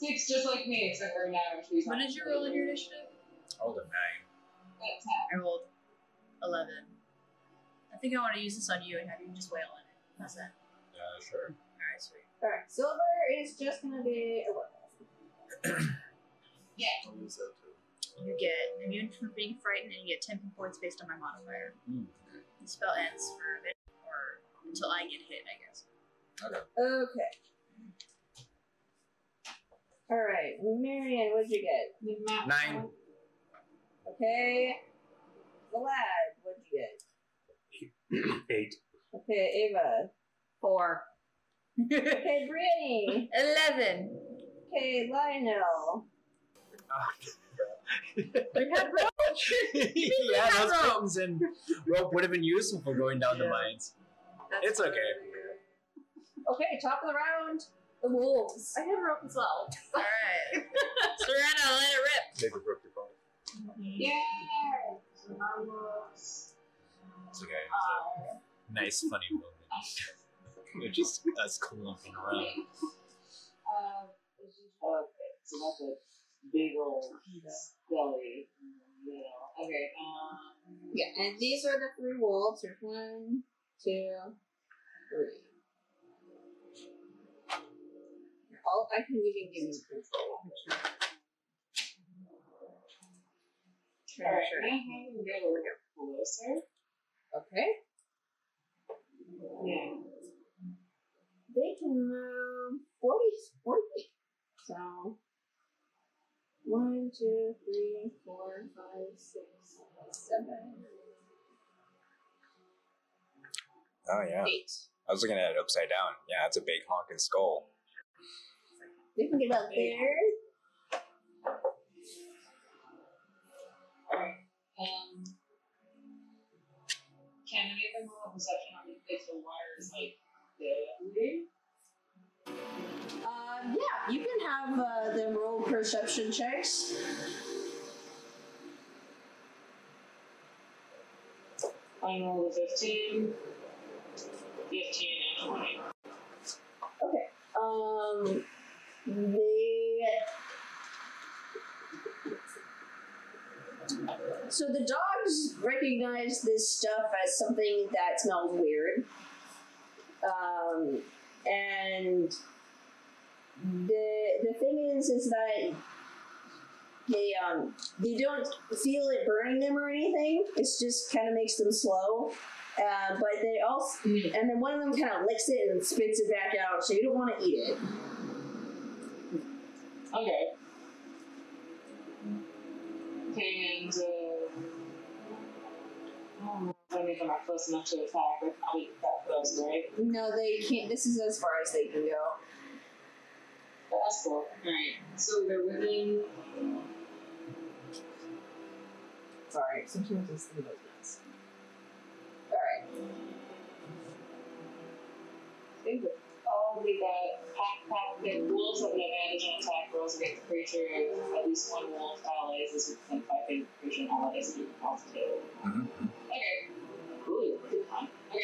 S7: six, just like me, except for now she's
S9: When did you roll in your initiative?
S4: I rolled a nine.
S7: That's
S9: I
S7: half.
S9: rolled eleven. I think I want to use this on you and have you just wail on it. How's that?
S25: Uh, sure.
S9: Alright, sweet.
S1: Alright, silver is just gonna be a workhorse.
S9: Yeah. You get immune from being frightened and you get 10 pin points based on my modifier.
S26: Hmm.
S25: Mm.
S9: The spell ends for a bit or until I get hit, I guess.
S25: Okay.
S1: Okay. Alright, Marion, what'd you get?
S26: Nine.
S1: Okay. Vlad, what'd you get?
S3: Eight.
S1: Okay, Ava.
S27: Four.
S1: okay, Brittany.
S28: Eleven.
S1: Okay, Lionel.
S26: we
S28: had rope.
S26: yeah, those buttons and rope would have been useful for going down the mines. it's okay.
S1: Okay, top of the round. The wolves. I have rope as well.
S9: Alright. Serena, let it rip.
S3: Maybe broke your phone.
S1: Yeah.
S25: It's okay. It was a nice, funny moment. We're just us clumping around.
S7: Um, it's just- okay, so that's a big old belly. You know. Okay. Um,
S1: Yeah, and these are the three wolves. There's one, two, three. All I can even give you control.
S7: all right. Can I have him get a little bit closer?
S1: Okay.
S7: Yeah.
S1: They can move 40, 40 feet. So, one, two, three, four, five, six, seven,
S4: Oh yeah.
S1: eight.
S4: I was looking at it upside down. Yeah, that's a big honking skull.
S1: They can get up there.
S7: Um, can any of them roll a perception on if the water is like deadly?
S1: Um, yeah, you can have uh, them roll perception checks.
S7: I roll a 15, 15, and 20.
S1: Okay. Um, they. So the dogs recognize this stuff as something that smells weird. Um, and the the thing is, is that they um they don't feel it burning them or anything. It's just kind of makes them slow. Uh, but they also, and then one of them kind of licks it and spits it back out, so you don't want to eat it.
S7: Okay. Okay, and uh, I don't know if any of them are close enough to attack, but probably that close, right?
S1: No, they can't. This is as far as they can go.
S7: That's cool. Alright, so they're within.
S1: Sorry, sometimes this thing does this. Alright.
S7: I think that all we got pack pack the wolves have an advantage on attack rolls against a creature of at least one wolf allies is within five feet of the creature and allies to be positive. Okay. Ooh, good one. Okay.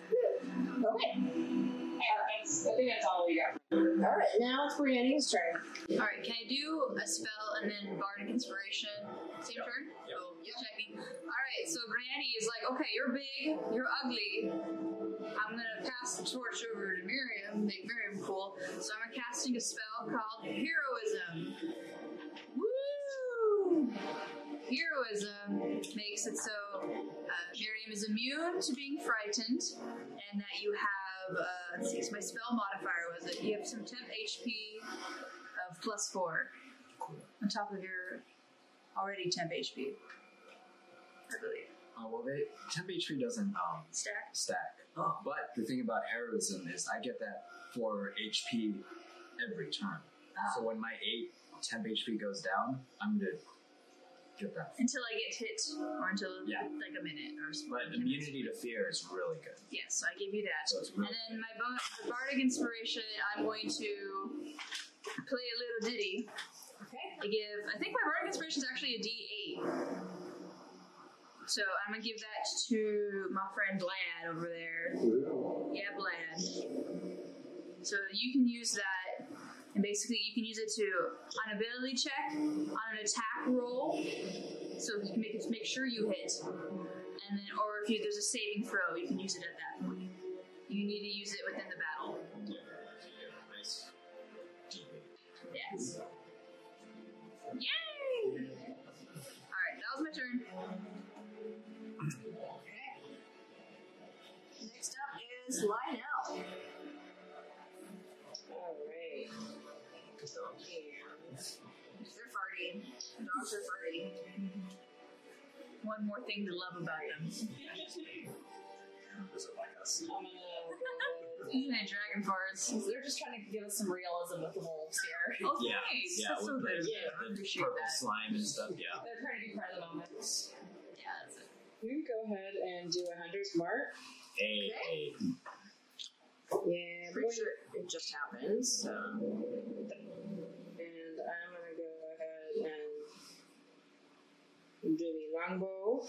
S1: Okay.
S7: Yeah, that's, I think that's all we got.
S1: Alright, now it's Brianna's turn.
S9: Alright, can I do a spell and then Bardic Inspiration? Same turn? Oh, just checking. Alright, so Granny is like, okay, you're big, you're ugly. I'm gonna pass the torch over to Miriam, make Miriam cool. So I'm casting a spell called Heroism. Woo! Heroism makes it so uh, Miriam is immune to being frightened, and that you have, uh, let's see, it's my spell modifier was it? You have some temp HP of plus four on top of your already temp HP, I believe.
S4: Oh well, they temp HP doesn't um,
S9: stack.
S4: Stack.
S9: Oh.
S4: But the thing about heroism is, I get that for HP every turn.
S9: Ah.
S4: So when my eight temp HP goes down, I'm gonna get that.
S9: Until I get hit, or until
S4: Yeah.
S9: like a minute or something.
S4: But immunity to fear is really good.
S9: Yes, so I give you that.
S4: So it's
S9: and
S4: really
S9: then my bonus for bardic inspiration, I'm going to play a little ditty. Okay. I give. I think my bardic inspiration is actually a D8. So I'm gonna give that to my friend Blad over there. Yeah, Blad. So you can use that, and basically you can use it to on an ability check, on an attack roll. So make make sure you hit and then, or if you, there's a saving throw, you can use it at that point. You need to use it within the battle.
S29: Nice.
S9: Yes. Yay! All right, that was my turn.
S1: Next up is Lionel.
S2: Alright.
S1: They're farty. Dogs are farty.
S9: One more thing to love about them.
S29: Is it like us?
S9: Even at dragon farts.
S7: They're just trying to give us some realism with the wolves here.
S9: Oh,
S29: yeah,
S9: thanks.
S29: yeah,
S9: That's so
S29: with the-
S9: good of
S29: the
S9: you. I appreciate
S29: purple
S9: that.
S29: slime and stuff. Yeah.
S7: They're trying to be part of the moment.
S9: Yeah, that's it.
S2: You can go ahead and do a hunter's mark.
S29: Hey,
S1: Okay.
S2: Yeah,
S1: Pretty sure it just happened, so.
S2: And I'm gonna go ahead and do the longbow.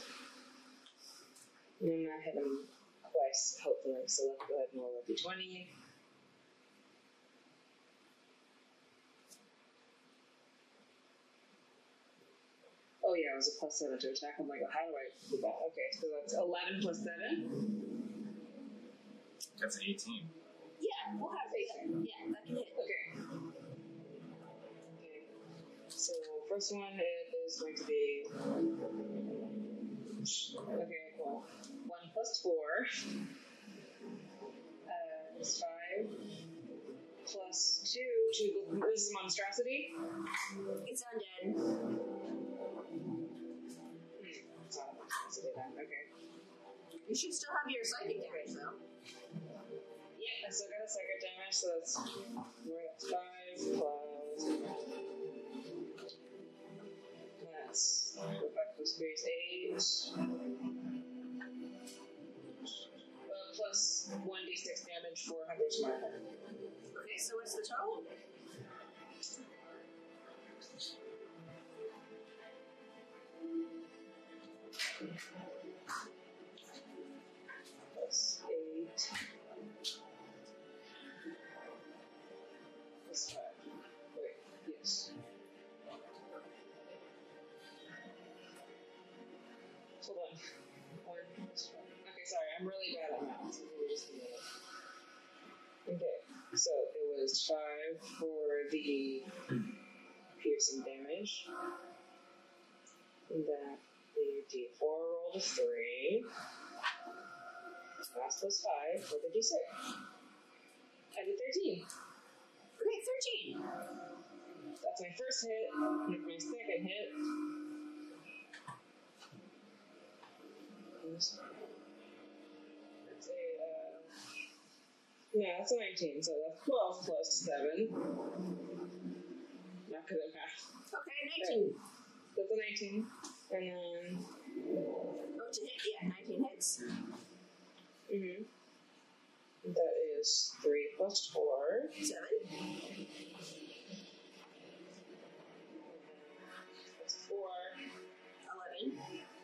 S2: And I'm gonna hit him twice, hopefully. So let's go ahead and roll a d20. Oh yeah, it was a plus seven to attack. I'm like, how do I do that? Okay, so that's eleven plus seven.
S29: That's an 18.
S2: Yeah, we'll have eight.
S1: Yeah, that can hit.
S2: Okay. So first one it is going to be okay. Well, one plus four uh, is five plus two to this is monstrosity.
S1: It's undead.
S2: It's not a monstrosity then. Okay.
S1: You should still have your psychic damage, though.
S2: Yeah, I still got a second damage, so that's where that's five plus. That's five plus three is eight. Uh, plus one d six damage for hundred smart.
S1: Okay, so what's the total?
S2: Plus eight. Plus five. Wait, yes. Hold on. One, plus five. Okay, sorry, I'm really bad at math. so we'll just do that. Okay, so it was five for the piercing damage. And then the d4 rolled a three. Last was five for the d6. I did 13.
S1: Okay, 13.
S2: That's my first hit. Here's my second hit. That's a, uh, yeah, that's a 19, so that's 12 plus 7. Not good at math.
S1: Okay, 19.
S2: That's a 19. And then,
S1: Oh, to hit? Yeah, 19 hits.
S2: mhm. that is 3 plus 4.
S1: 7.
S2: That's 4.
S1: 11.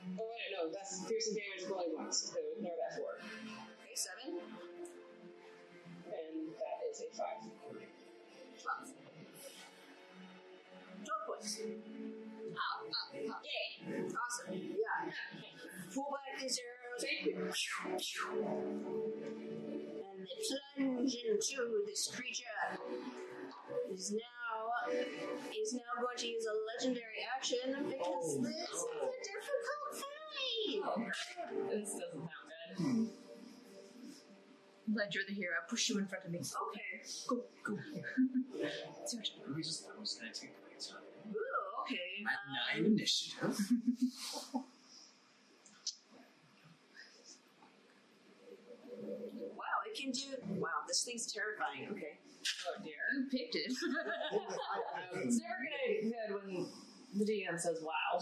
S2: Oh wait, no, that's piercing damage is only once, so ignore that four.
S1: Okay, 7.
S2: And that is a five.
S1: 12. 12 points.
S9: Up, up, up. Yay.
S1: Awesome. Yeah. Pull back these arrows. And they plunge into this creature. It Is now is now going to use a legendary action because this is a difficult fight.
S7: This doesn't sound
S9: Glad you're the hero. I pushed you in front of me.
S1: Okay. Go,
S9: go.
S7: good.
S29: We just that was 19 points.
S9: Um,
S29: huh?
S1: Ooh, okay.
S29: At 9 initiative.
S1: Wow, it can do. Wow, this thing's terrifying. Okay.
S2: Oh dear.
S9: You picked it.
S7: it's never gonna be good when the DM says wow.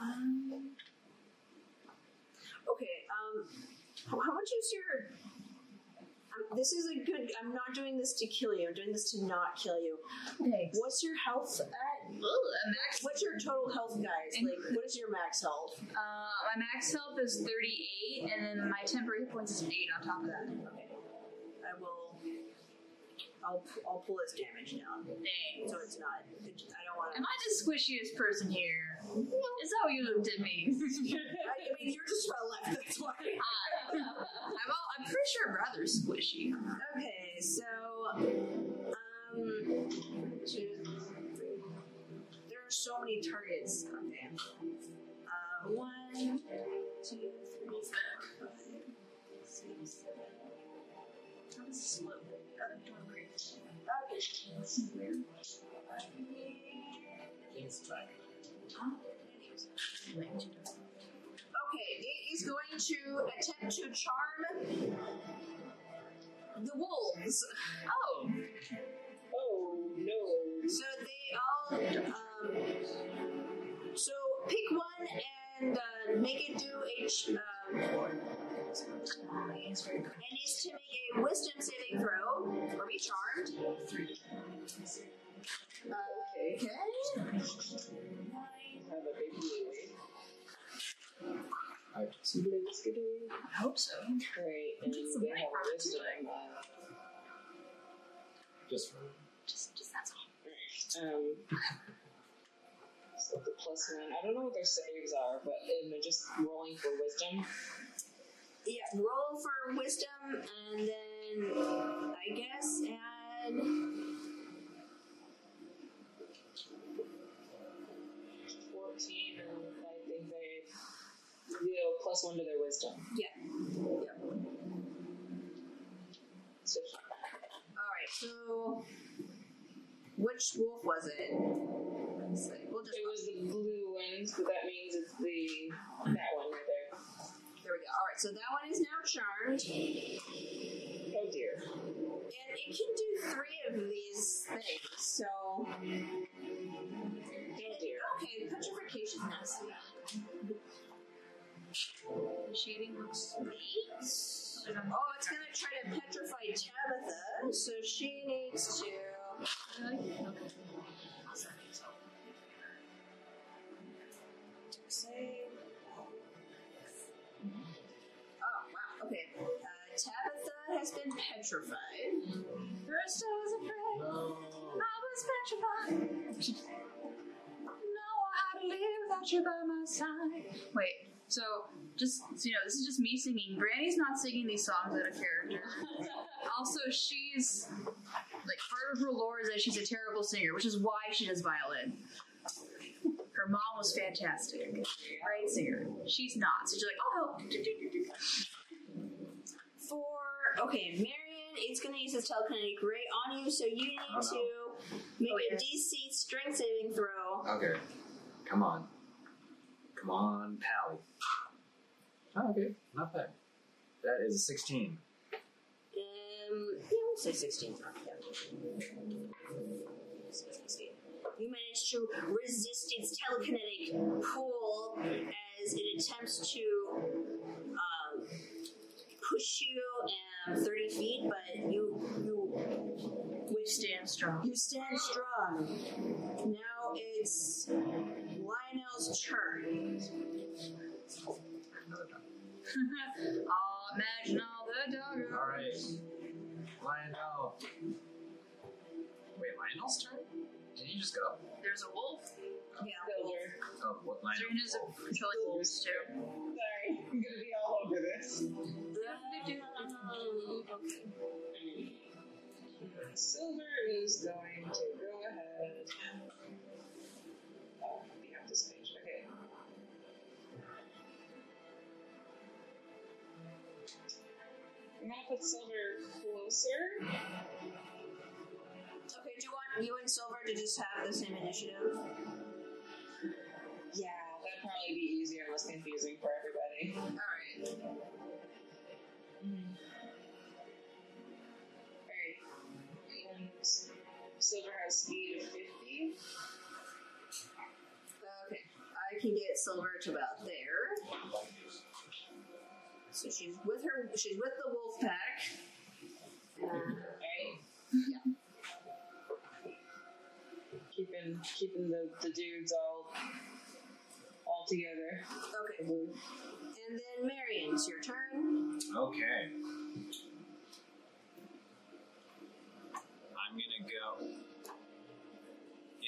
S1: Um, okay. Um, how, how much is your? Um, this is a good. I'm not doing this to kill you. I'm doing this to not kill you.
S9: Thanks.
S1: What's your health at?
S9: Ooh, a max.
S1: What's your total health, guys? Like, what is your max health?
S9: Uh, my max health is 38, and then my temporary hit points is 8 on top of that.
S1: I will. I'll, I'll pull his damage down.
S9: Dang.
S1: So it's not. It, I don't want to.
S9: Am I the squishiest person here? Is that what you looked at me?
S1: I mean, you're just well left. That's why.
S9: Ah, I'm, all, I'm pretty sure I'm rather squishy.
S1: Okay, so um, two, three. there are so many targets. Okay, uh, one, two, three, four, five, six, seven. How does this look? Oh, don't worry. Okay.
S9: Okay, it is going to attempt to charm the wolves. Oh.
S2: Oh no.
S1: So they all. Um, so pick one and uh, make it do a. Ch- um, it needs to make a wisdom saving throw or be charmed. Uh, okay.
S2: Have a big movie.
S29: I
S2: I hope so. Great. And
S9: It's
S2: they
S9: very
S2: have uh,
S9: hard to
S2: wisdom.
S9: do.
S29: just for
S9: Just, just that's all.
S2: Um, so the plus one. I don't know what their saves are, but am I just rolling for wisdom?
S1: Yeah, roll for wisdom and then I guess add.
S2: Fourteen, and I think they deal plus one to their wisdom.
S1: Yeah. Yep.
S2: So
S1: All right. So, which wolf was it? Let's see, We'll just
S2: it was the blue ones, but that means it's the that one right there.
S1: there we go. All right. So that one is now charmed,
S2: Oh dear.
S1: and it can do three of these things. So.
S2: Oh,
S1: Okay, petrification's nasty.
S9: Shading looks
S1: Eight. Oh, it's gonna try to petrify Tabitha, so she needs to. oh, Save. Oh wow. Okay. Uh, Tabitha has been petrified.
S6: First I was afraid. I was petrified.
S9: know how to live without you by my side. Wait, so just so you know, this is just me singing. Granny's not singing these songs out of character. also, she's like part of her lore is that she's a terrible singer, which is why she does violin. Her mom was fantastic, great singer. She's not, so she's like, oh,
S1: For okay, Marion, it's gonna use his telekinetic ray on you, so you need
S29: Oh, no.
S1: to make a DC strength saving throw.
S29: Okay. Come on. Come on, Pally. Oh, okay. Not bad. That is a 16.
S1: Um, yeah, we'll say 16. Yeah. 16. You manage to resist its telekinetic pull as it attempts to um, push you um, 30 feet, but you you
S9: withstand strong.
S1: you stand strong. Now it's Lionel's turn.
S9: I'll imagine all the doggos.
S29: Alright. Lionel. Wait, Lionel's turn? Did he just go?
S9: There's a wolf.
S1: Yeah.
S29: Oh, what Lionel?
S9: Serena's a controlling wolves too.
S2: Sorry, I'm gonna be all over this. Silver is going to go ahead. Oh, we have this page. Okay. I'm gonna put Silver closer.
S1: Okay, do you want you and Silver to just have the same initiative?
S2: Yeah, that'd probably be easier and less confusing for everybody.
S1: Alright.
S2: Alright. And Silver has speed of 50.
S1: Okay, I can get Silver to about there. So she's with her. She's with the wolf pack.
S2: Alright. Keeping keeping the, the dudes all all together.
S1: Okay. And then Marion, it's your turn.
S29: Okay.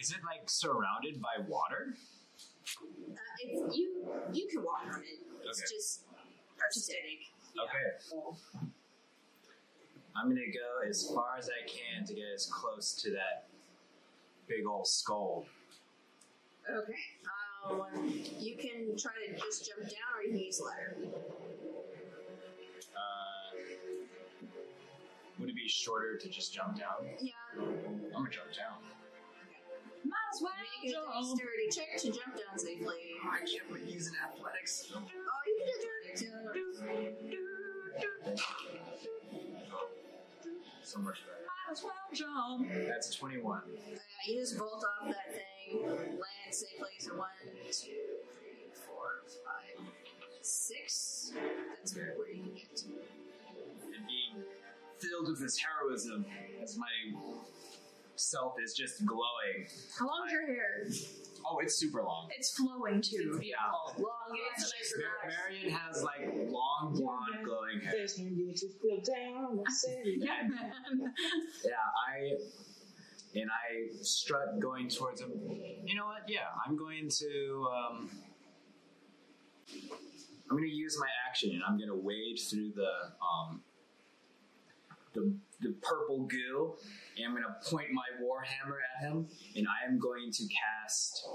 S4: is it like surrounded by water?
S1: Uh, it's, you you can walk on it. It's
S4: Okay.
S1: just artistic.
S4: Okay. I'm gonna go as far as I can to get as close to that big old skull.
S1: Okay. Um, you can try to just jump down, or you can use a ladder.
S4: Uh, would it be shorter to just jump down?
S1: Yeah.
S4: I'm gonna jump down.
S1: Might as well make a dexterity check to jump down safely.
S30: I can't really use an athletics.
S1: Oh, you can do athletics.
S4: So much better.
S1: Might as well jump.
S4: That's 21.
S1: Uh, you just bolt off that thing, land safely. So one, two, three, four, five, six. That's where you can get to.
S4: And being filled with this heroism as my self is just glowing.
S6: How long's your hair?
S4: Oh, it's super long.
S6: It's flowing too.
S4: Yeah.
S31: Oh,
S1: Long, it's a nice
S4: Mar- Marion has like long blonde glowing hair.
S2: There's no need to feel down. I say
S4: Yeah. Yeah, I and I strut going towards him. You know what? Yeah, I'm going to um, I'm going to use my action and I'm going to wade through the um, the the purple goo and I'm going to point my warhammer at him and I am going to cast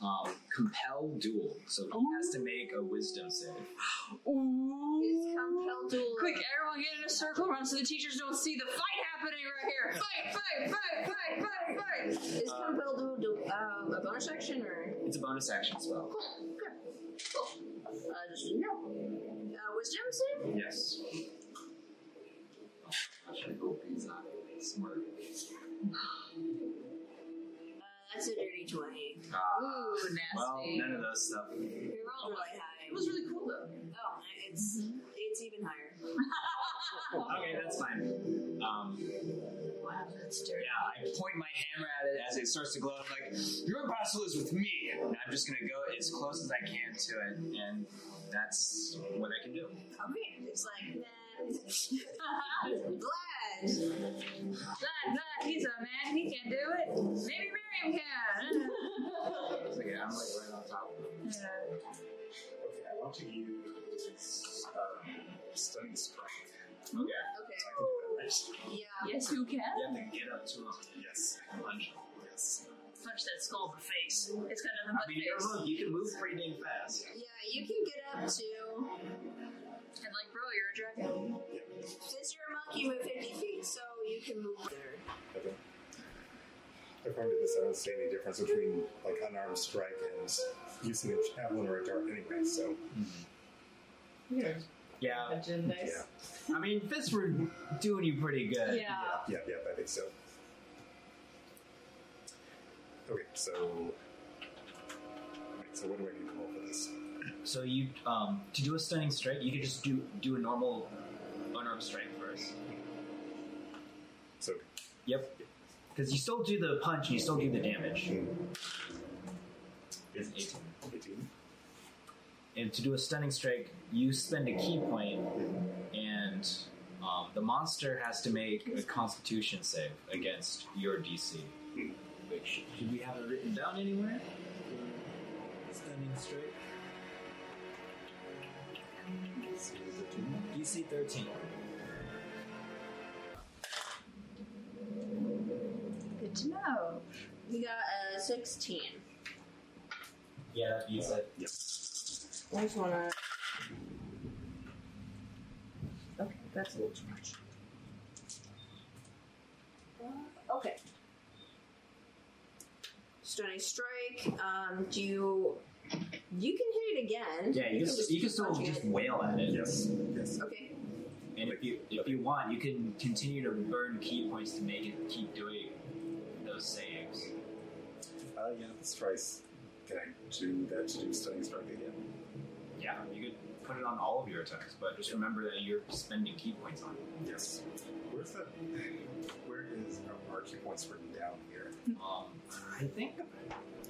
S4: um, compel duel. So he has to make a wisdom save.
S1: It's compelled duel.
S31: Quick, everyone get in a circle run so the teachers don't see the fight happening right here. Fight, fight, fight, fight, fight, fight.
S1: Is compelled duel do, um, a bonus action or?
S4: It's a bonus action spell.
S1: Cool. Uh, just no. Uh, wisdom save.
S4: Yes. I should hope he's not smart.
S1: Uh, that's a dirty twenty.
S4: Ah,
S1: Ooh,
S4: Well,
S1: nasty.
S4: none of those stuff.
S1: We rolled really high. It was really cool though. Oh, it's it's even higher.
S4: Okay, that's fine. Um,
S1: Wow, that's dirty.
S4: yeah, I point my hammer at it as it starts to glow. I'm like, your battle is with me. And I'm just going to go as close as I can to it. And that's what I can do.
S1: Okay, it's like nah. Vlad.
S31: Vlad, Vlad, he's a man. He can do it. Maybe Miriam can.
S4: It's like, I'm like right on top of him.
S3: Okay, I want to use um, stunning strike.
S4: Okay.
S3: Okay.
S1: Yeah.
S6: Yes, you can.
S4: You have to get up to him.
S3: Yes.
S4: Lunge.
S3: Yes.
S6: Punch that skull in the face. It's got nothing
S4: I
S6: but
S4: mean, you
S6: face.
S4: look, you can move pretty dang fast.
S1: Yeah, you can get up to.
S31: And like, bro, you're a dragon.
S1: Since you're a monkey, you move 50 feet, so you can move there.
S3: Okay. If I did this, I don't see any difference between like unarmed strike and using a javelin or a dart anyway, so.
S4: Yeah. Yeah. I mean, fists were doing you pretty good.
S3: yeah. Yeah, yeah, I think so. Okay, so. Wait, so what do I need to roll for this?
S4: So you um to do a stunning strike, you could just do do a normal unarmed strike first.
S3: So
S4: Yep. Because you still do the punch and you still do the damage.
S3: It's 18. 18.
S4: And to do a stunning strike, you spend a key point, and um, the monster has to make a Constitution save against your DC. Which do we have it written down anywhere? Stunning strike. DC thirteen.
S31: Good to know.
S1: You got a 16.
S4: Yeah, that beats it.
S3: Yep.
S1: I just wanna. Okay, that's a little too much. Uh, okay. Stunning strike. Um, do you. You can hit it again.
S4: Yeah, you can, you can still
S1: punch
S4: just
S1: it.
S4: wail at it.
S3: Yes. Yes.
S1: Okay.
S4: And if you if you want, you can continue to burn key points to make it keep doing those saves.
S3: Uh, yeah, let's try. s- Can I do that to do stunning strike again?
S4: Yeah, you could put it on all of your attacks, but just remember that you're spending key points on it.
S3: Yes. Where's that? Where is our key points written down here?
S4: Um, I think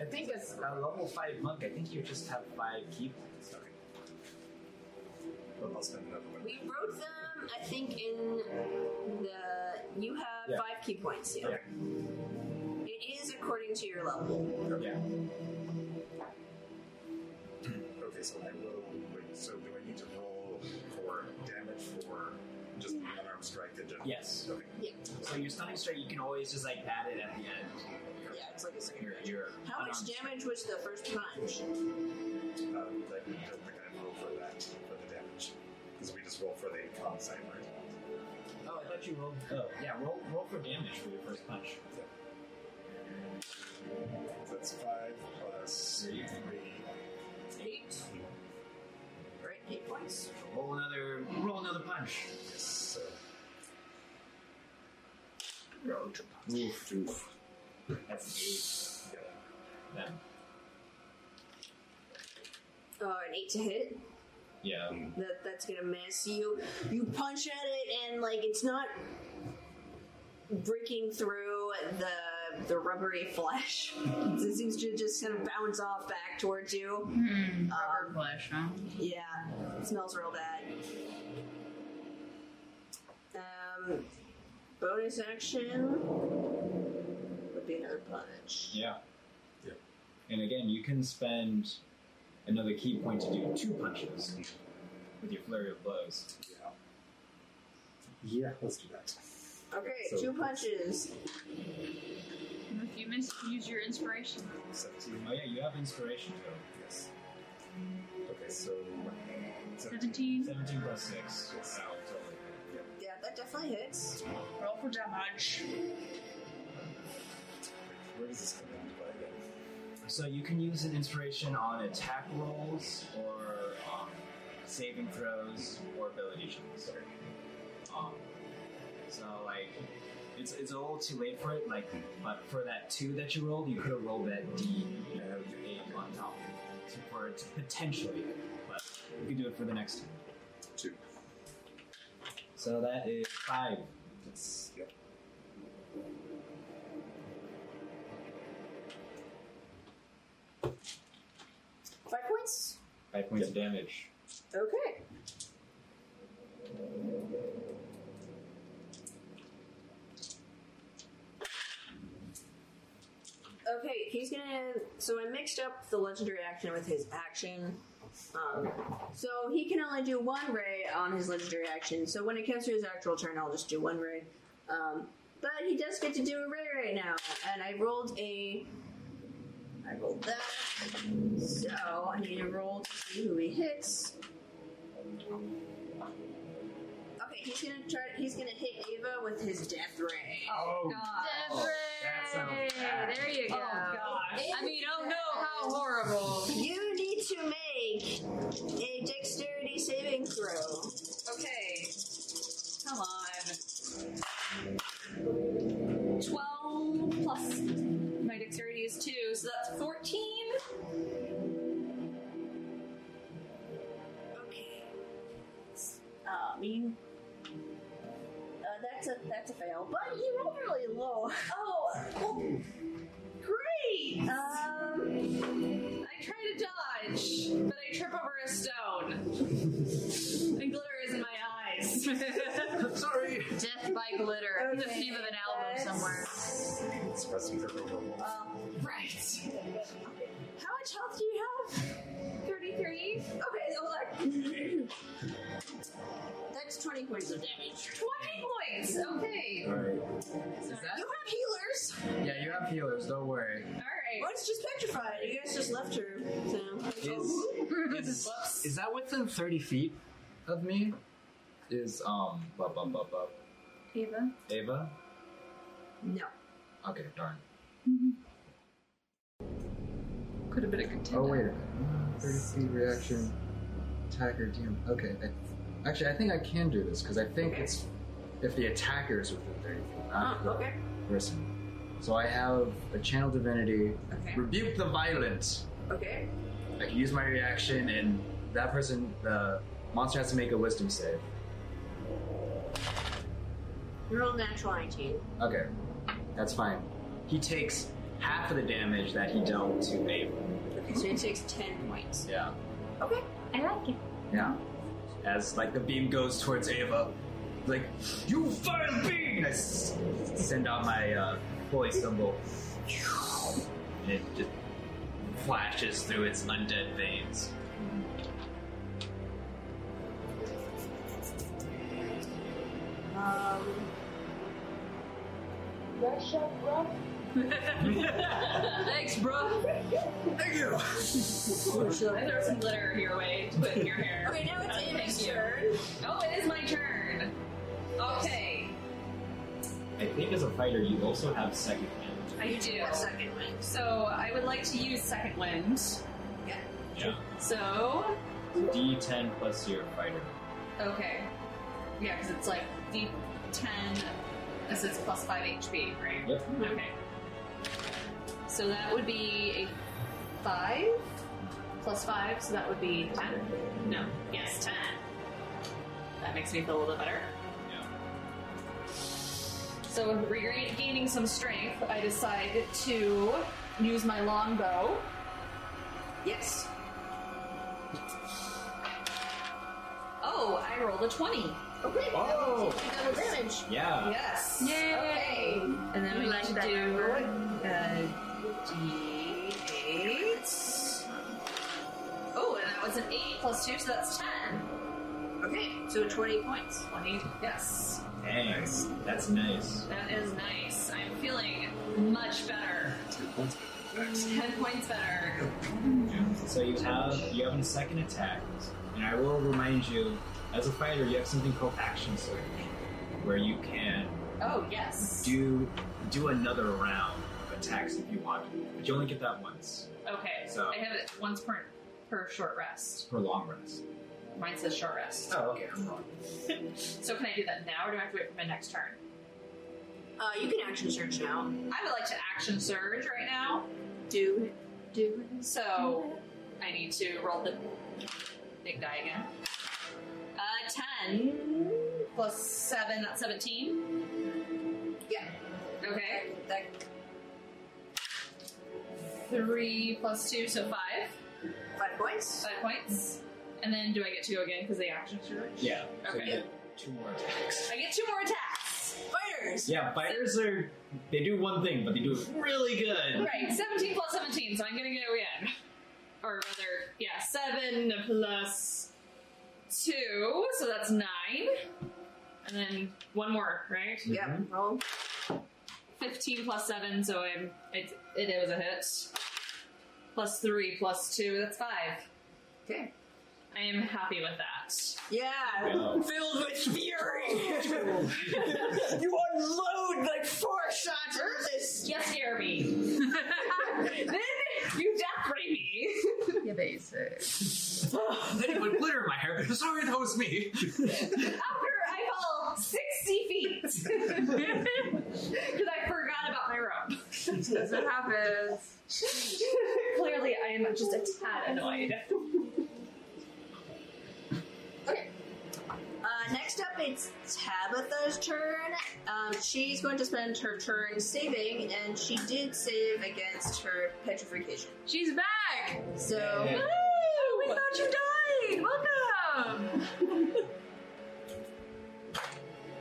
S4: I think as a level five monk, I think you just have five key points.
S3: Okay. Well, I'll spend another one.
S1: We wrote them, I think, in the. You have
S4: Yeah.
S1: five key points. Yeah.
S4: Okay.
S1: It is a according to your level.
S3: Yeah. Okay, so I will. Wait, so do I need to roll for damage for just an unarmed strike in general?
S4: Yes.
S3: Okay.
S1: Yeah.
S4: So your stunning strike, you can always just like add it at the end.
S1: Yeah, it's like a second.
S4: Your, your
S1: How much damage was the first punch?
S3: Um, I don't think I roll for that for the damage because we just roll for the con side, right?
S4: Oh, I thought you rolled. Oh, yeah, roll, roll for damage for your first punch.
S3: That's five plus three.
S1: Eight. Right, eight points.
S4: Roll another. Roll another punch.
S3: Yes. So.
S4: Roll two punch. Oof, oof. That's an eight. Then-
S1: Uh, an eight to hit.
S4: Yeah.
S1: That that's gonna miss you. You punch at it, and like it's not breaking through the the rubbery flesh. it seems to just kind of bounce off back towards you.
S31: Hmm,
S1: Um,
S31: flesh, huh?
S1: yeah, it smells real bad. Um, bonus action would be another punch.
S4: Yeah. Yeah. And again, you can spend another key point to do two punches with your flurry of blows.
S3: Yeah. Yeah, let's do that.
S1: Okay,
S4: So-
S1: two punches.
S31: If you miss, use your inspiration.
S3: Seventeen.
S4: Oh yeah, you have inspiration too.
S3: Yes. Okay, so.
S31: Seventeen.
S4: Seventeen plus six. Wow, totally.
S1: Yeah, that definitely hits.
S31: Roll for damage.
S3: Where does this come into play again?
S4: So you can use an inspiration on attack rolls or um, saving throws or ability checks. Um, so like, it's, it's a little too late for it. Like, but for that two that you rolled, you could have rolled that D you know, eight on top to- for it to potentially. But you can do it for the next time.
S3: Two.
S4: So that is five.
S3: That's, yep.
S1: Five points.
S4: Five points of damage.
S1: Okay. Okay, he's gonna. So I mixed up the legendary action with his action. Um, so he can only do one ray on his legendary action. So when it comes to his actual turn, I'll just do one ray. Um, but he does get to do a ray ray now, and I rolled a. I rolled that. So I need to roll to see who he hits. Okay, he's gonna try. He's gonna hit Ava with his death ray.
S4: Oh,
S31: God.
S1: Death
S31: Hey, there you go. I mean, oh no, how horrible.
S1: You need to make a dexterity saving throw.
S31: Okay. Come on.
S7: 12 plus my dexterity is 2, so that's 14.
S1: Okay. Uh, I mean, uh, that's a that's a fail, but he rolled really low. Oh, well, great. Um,
S7: I try to dodge, but I trip over a stone. and glitter is in my eyes.
S32: Sorry.
S31: Death by Glitter. It's the name of an album somewhere.
S3: It's pressing for overwhelm.
S1: right. How much health do you have? Thirty-three. Okay, well, that- that's twenty points of damage.
S7: 20 points! Okay.
S29: Alright.
S1: You have healers.
S29: Yeah, you have healers, don't worry.
S1: Well, it's just petrified. You guys just left her. So.
S29: Is, is, is that within 30 feet of me? Is, um, bub, bub, bub, bub.
S31: Ava.
S29: Ava?
S1: No. Mm-hmm.
S29: Okay, darn.
S31: Could have been a good
S29: Oh, wait. 30 feet reaction. Attacker, DM. Okay. I, actually, I think I can do this, because I think it's if the attacker is within 30 feet, not
S1: Oh,
S29: the
S1: okay.
S29: person. So I have a channel divinity.
S1: Okay.
S29: Rebuke the violent.
S1: Okay.
S29: I can use my reaction, and that person, the monster, has to make a wisdom save.
S1: You're all natural 19.
S29: Okay, that's fine. He takes half of the damage that he dealt to Ava.
S1: Okay, so it takes 10 points.
S29: Yeah,
S1: Okay. I like it.
S29: yeah. As like the beam goes towards Ava, like you fire beam. I s- send out my uh, holy symbol.
S4: and it just flashes through its undead veins.
S33: Um, brush up, bruh.
S7: Thanks, bro.
S33: Thank you.
S7: I throw some glitter your way to put in your hair.
S33: Okay, now it's
S7: Uh,
S33: Amy's
S7: thank you. Oh, it is my turn. Okay.
S4: I think as a fighter, you also have second wind.
S7: I do. second wind. So I would like to use second wind. Yeah.
S4: Yeah.
S7: So,
S4: D10 plus your fighter.
S7: okay. Yeah, because it's like D10. This is plus 5 HP, right?
S4: Yep.
S7: Okay. So that would be a 5 plus 5, so that would be 10. No. Yes, 10. That makes me feel a little better. So, regaining some strength, I decide to use my longbow. Yes. Oh, I rolled a 20. Okay.
S1: Oh. Double damage.
S4: Yeah.
S7: Yes. Okay. And then we like to do uh, d8. Oh, and that was an 8 plus 2, so that's 10. Okay, so 20 points. 20, yes.
S4: Nice. That's nice.
S7: That is nice. I'm feeling much better. 10 points better.
S4: So you have you have a second attack, and I will remind you, as a fighter, you have something called action surge, where you can
S7: Oh, yes.
S4: do do another round of attacks if you want, but you only get that once
S7: Okay,
S4: So-
S7: I have it once per, per short rest.
S4: per long rest.
S7: Mine says short rest.
S4: Oh, okay. I'm wrong.
S7: So can I do that now, or do I have to wait for my next turn?
S1: Uh, you can action search now.
S7: I would like to action surge right now.
S1: Do it. Do it.
S7: So I need to roll the big die again. Uh, 10 plus 7, that's 17. Yeah. Okay. That, Three plus two, so five.
S1: Five points.
S7: Five points. And then do I get to go again because they action surge?
S4: Yeah. So you
S7: Okay.
S4: get two more attacks.
S7: I get two more attacks. Fighters!
S4: Yeah, fighters are they do one thing, but they do it really good.
S7: Right, 17 plus 17, so I'm gonna go again. Or rather, yeah, 7 plus 2, so that's 9. And then one more, right?
S1: Yep, roll.
S7: 15 plus 7, so I'm, it, it was a hit. Plus 3 plus 2, that's 5. Okay. I am happy with that.
S1: Yeah,
S7: Yeah.
S1: filled with fury. you unload like four shots of this.
S7: Yes, Jeremy. then you death ray me.
S34: You basic.
S35: then he put glitter in my hair. Sorry, that was me.
S7: After I fall 60 feet. Because I forgot about my rope.
S34: That's what happens.
S7: Clearly, I am just a tad annoyed.
S1: Uh, next up, it's Tabitha's turn. Um, she's going to spend her turn saving, and she did save against her petrification.
S34: She's back!
S1: So,
S34: Woo!
S7: Oh,
S34: We thought you died! Welcome!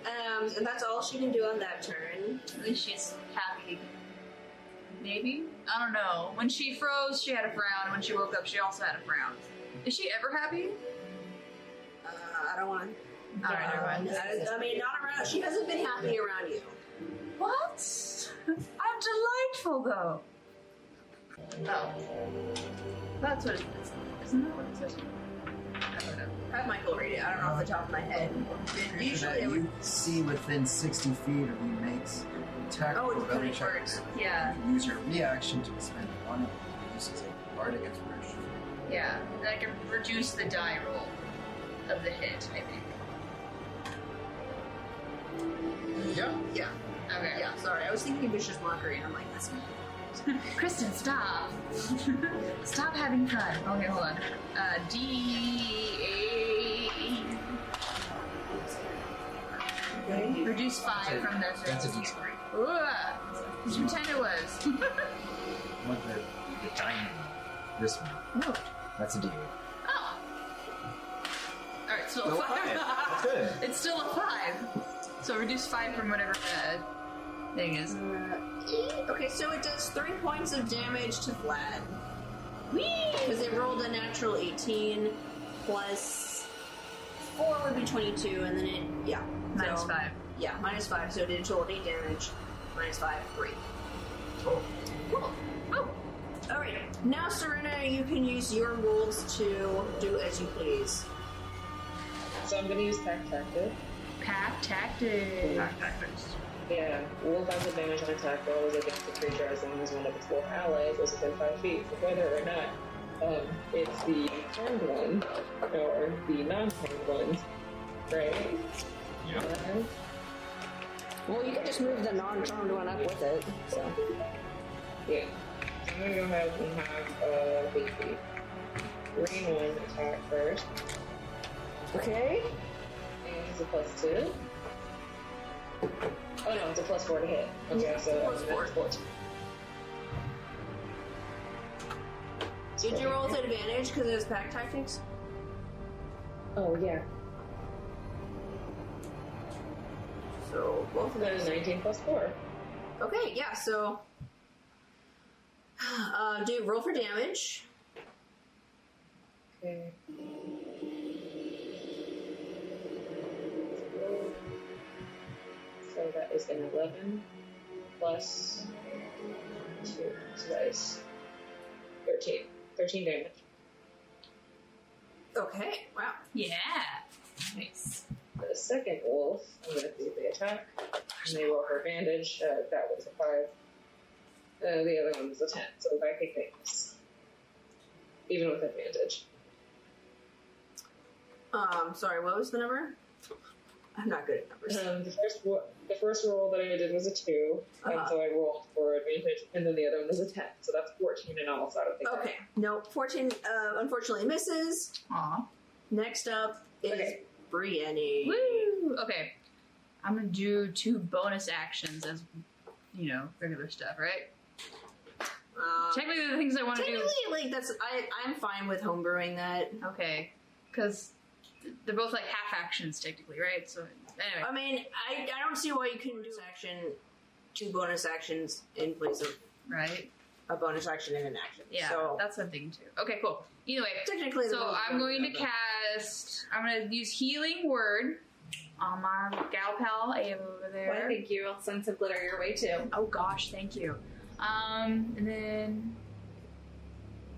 S1: um, and that's all she can do on that turn.
S9: At least she's happy. Maybe? I don't know. When she froze, she had a frown. When she woke up, she also had a frown. Is she ever happy?
S1: Uh, I don't want.
S9: All right, never mind.
S1: I, I mean, not around. She hasn't been happy around you.
S34: What? I'm delightful, though. Oh. That's what it is. Isn't that what it says? I don't know.
S1: Have Michael read it. I don't know off the top of my head. Usually, it would
S3: you see within 60 feet of you makes attack
S1: Oh,
S3: or
S1: it's
S3: ability
S1: pretty
S3: checks.
S1: hard.
S34: Yeah.
S3: You can use your reaction to expend one of your uses a bardic inspiration.
S9: Yeah, and I can reduce the die roll of the hit, I think.
S3: Yeah.
S1: Yeah.
S9: Okay.
S1: Yeah. Sorry, I was thinking vicious mockery, and I'm like, that's me.
S9: Kristen, stop. stop having fun. Okay, hold on. Uh, E. D. Reduce five from the.
S3: That's a d4.
S9: Ugh. Did you pretend it was?
S3: One the, the diamond. This one.
S9: no.
S3: That's a d8.
S9: Oh. All right, so
S3: Still a
S9: five.
S3: five. That's good.
S9: it's still a five. So reduce five from whatever uh,
S36: There he goes.
S1: Uh, Okay, so it does three points of damage to Vlad. Because it rolled a natural 18 plus 4 would be 22, and then it, yeah.
S36: Minus
S1: so,
S36: 5.
S1: Yeah, minus 5, so it did a total of 8 damage. Minus 5, 3. Cool. Oh. Alright, now Serena, you can use your rules to do as you please.
S2: So I'm gonna use pack tactic.
S9: Pack tactics.
S2: Pack
S9: tactics.
S2: Yeah, wolf has advantage on attack rolls against the creature as long as one of its wolf allies is within five feet, whether or not um, it's the harmed one or the non-harmed one, right? Uh-huh.
S37: Yeah.
S2: Well, you could just move the non-charmed one up with it. So. Yeah. So I'm gonna go ahead and have uh, the green one attack first. Okay. And it's a plus two. Oh no, it's a plus four to hit. Okay,
S1: Yeah,
S2: so
S1: plus four.
S2: Four.
S1: Did you roll with advantage because it was pack tactics?
S2: Oh yeah.
S1: So both of
S2: That is nineteen plus four.
S1: Okay, yeah, so. Uh, do roll for damage.
S2: Okay. So that is an eleven plus two. So that is thirteen. Thirteen damage.
S1: Okay, wow.
S2: Yeah. Nice. The second wolf, I'm going to do the attack. And they roll her bandage. Uh, that was a 5. Uh, the other one was a 10, so I think they miss. Even with advantage.
S1: Um, sorry, what was the number? I'm not good at numbers.
S2: Um, the first wo- the first roll that I did was a 2, and so I rolled for advantage, and then the other one was a 10, so that's 14 in all, so I don't think
S1: Okay, no, 14 uh, unfortunately misses.
S9: Aw.
S1: Next up is Brienne.
S9: Woo! Okay. I'm gonna do two bonus actions as, you know, regular stuff, right?
S1: Um,
S9: Technically, the things I wanna do-
S1: Technically, like, that's. I, I'm fine with homebrewing that.
S9: Okay. Because they're both like half actions, technically, right? So, anyway.
S1: I mean, I, I don't see why you couldn't do an action, two bonus actions in place of.
S9: Right?
S1: A bonus action and an action.
S9: Yeah,
S1: so.
S9: that's a thing too. Okay, cool. Either way,
S1: Technically, the
S9: so
S1: rules
S9: I'm
S1: don't
S9: going to
S1: matter.
S9: cast. I'm going to use healing word on my gal pal Ava over there.
S7: Well, I think you will send some glitter your way too.
S9: Oh gosh, thank you. Um, and then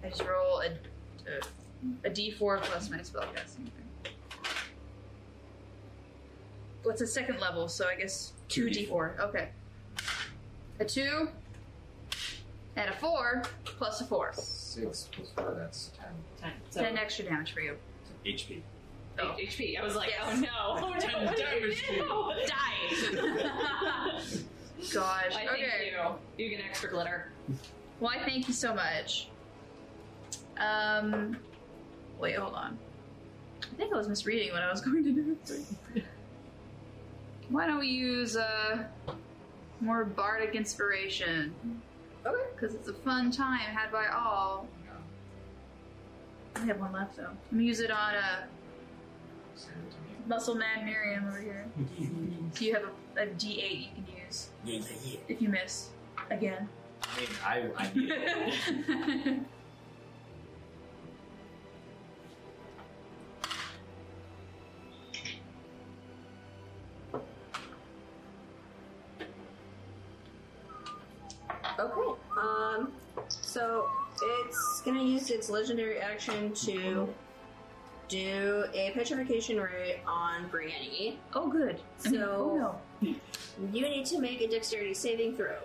S9: I just roll a a, a d4 plus my spellcasting. What's a second level? So I guess two,
S2: Two
S9: d4. Okay. A two and a four plus a four.
S38: Six plus four, that's ten.
S9: Ten.
S38: So-
S9: Ten extra damage for you.
S38: HP.
S9: Oh.
S7: HP. I was like,
S9: Yes.
S7: oh no, oh no,
S9: Ten
S7: what did I
S9: damage to
S7: do?
S9: you.
S7: Die.
S9: Gosh. okay.
S7: Why, Thank you. You get extra glitter.
S9: Why? Thank you so much. Um, wait, hold on. I think I was misreading what I was going to do. Why don't we use uh, more bardic inspiration?
S1: Okay.
S9: Because it's a fun time had by all. I have one left though. I'm gonna use it on uh, Muscle Man Miriam over here. so you have a, a D8 you can use
S4: Yeah, yeah, yeah.
S9: if you miss again.
S4: I mean, I, I need it.
S1: Okay. Um. So it's gonna use its legendary action to do a petrification ray on Brienne.
S9: Oh, good.
S1: So you need to make a dexterity saving throw.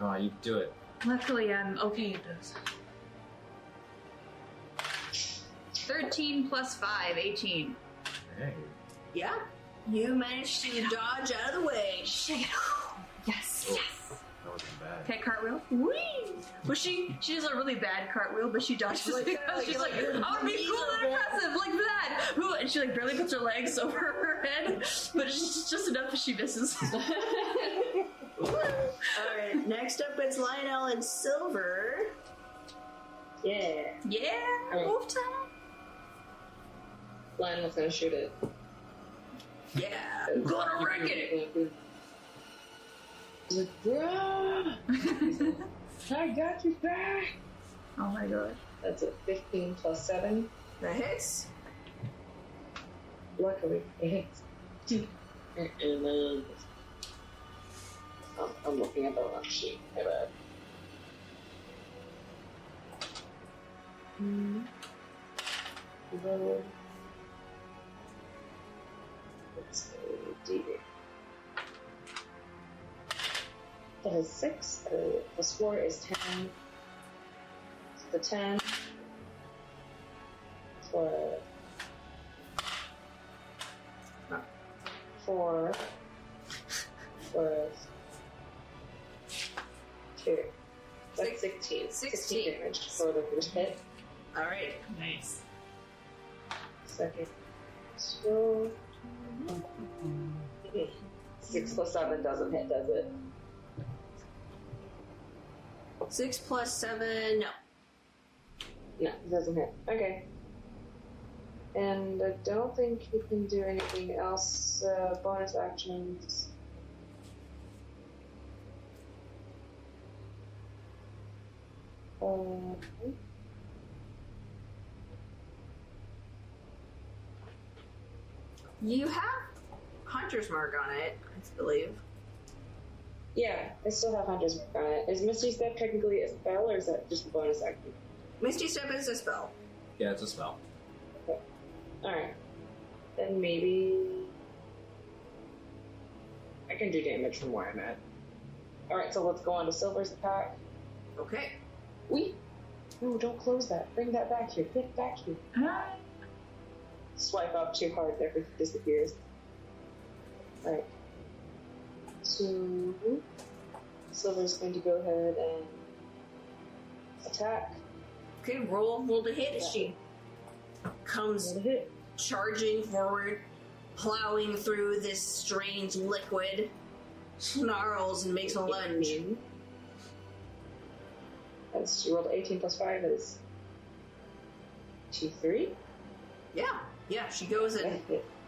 S39: No, you do it.
S9: Luckily, I'm okay at those. 13 plus 5, 18.
S39: Hey.
S1: Yeah. You managed to dodge out of the way. Shake it off.
S9: Yes.
S39: Yes. Oh, That wasn't bad.
S9: Okay, cartwheel. Whee! Well, she she does a really bad cartwheel, but she dodges
S1: Like
S9: like
S1: that, like,
S9: She's
S1: like,
S9: like, "Oh,
S1: your
S9: I would be
S1: knees
S9: cool
S1: are
S9: and impressive like that. Ooh, And she like barely puts her legs over her head, but it's just enough that she misses.
S1: All right. Next up, it's Lionel and Silver. Yeah.
S9: yeah,
S2: Oh.
S9: wolf tunnel.
S2: Lion was going to shoot it.
S1: Yeah.
S9: I'm gonna wreck it.
S2: Like, "Bruh, I got you back.
S9: Oh my god.
S2: That's a 15 plus 7.
S1: That hits.
S2: Luckily, it hits. And, um, I'm, I'm looking at the wrong sheet. My bad.
S40: Mm.
S2: Roll. Let's go D8. That is 6. Uh, the score is 10. So the 10 for 4 plus 2. That's 16. 16 damage for the first hit.
S1: Alright.
S2: Nice. Second. So. Six plus seven doesn't hit, does it?
S1: Six plus seven. No.
S2: No, it doesn't hit. Okay. And I don't think you can do anything else. Uh, bonus actions. Uh,
S1: You have Hunter's Mark on it, I believe.
S2: yeah, I still have Hunter's Mark on it. Is Misty Step technically a spell, or is that just a bonus action?
S1: Misty Step is a spell.
S4: Yeah, it's a spell.
S2: Alright. Then maybe. I can do damage from where I'm at. Alright, so let's go on to Silver's attack.
S1: Okay.
S2: We. No, don't close that. Bring that back here. Bring it back here. Swipe up too hard, everything disappears. Alright. So. Silver's going to go ahead and attack.
S1: Okay, roll, roll to hit as she comes charging forward, plowing through this strange liquid, snarls and makes a lunge.
S2: That's, she rolled 18 plus 5 is. T3?
S1: Yeah, yeah. She goes and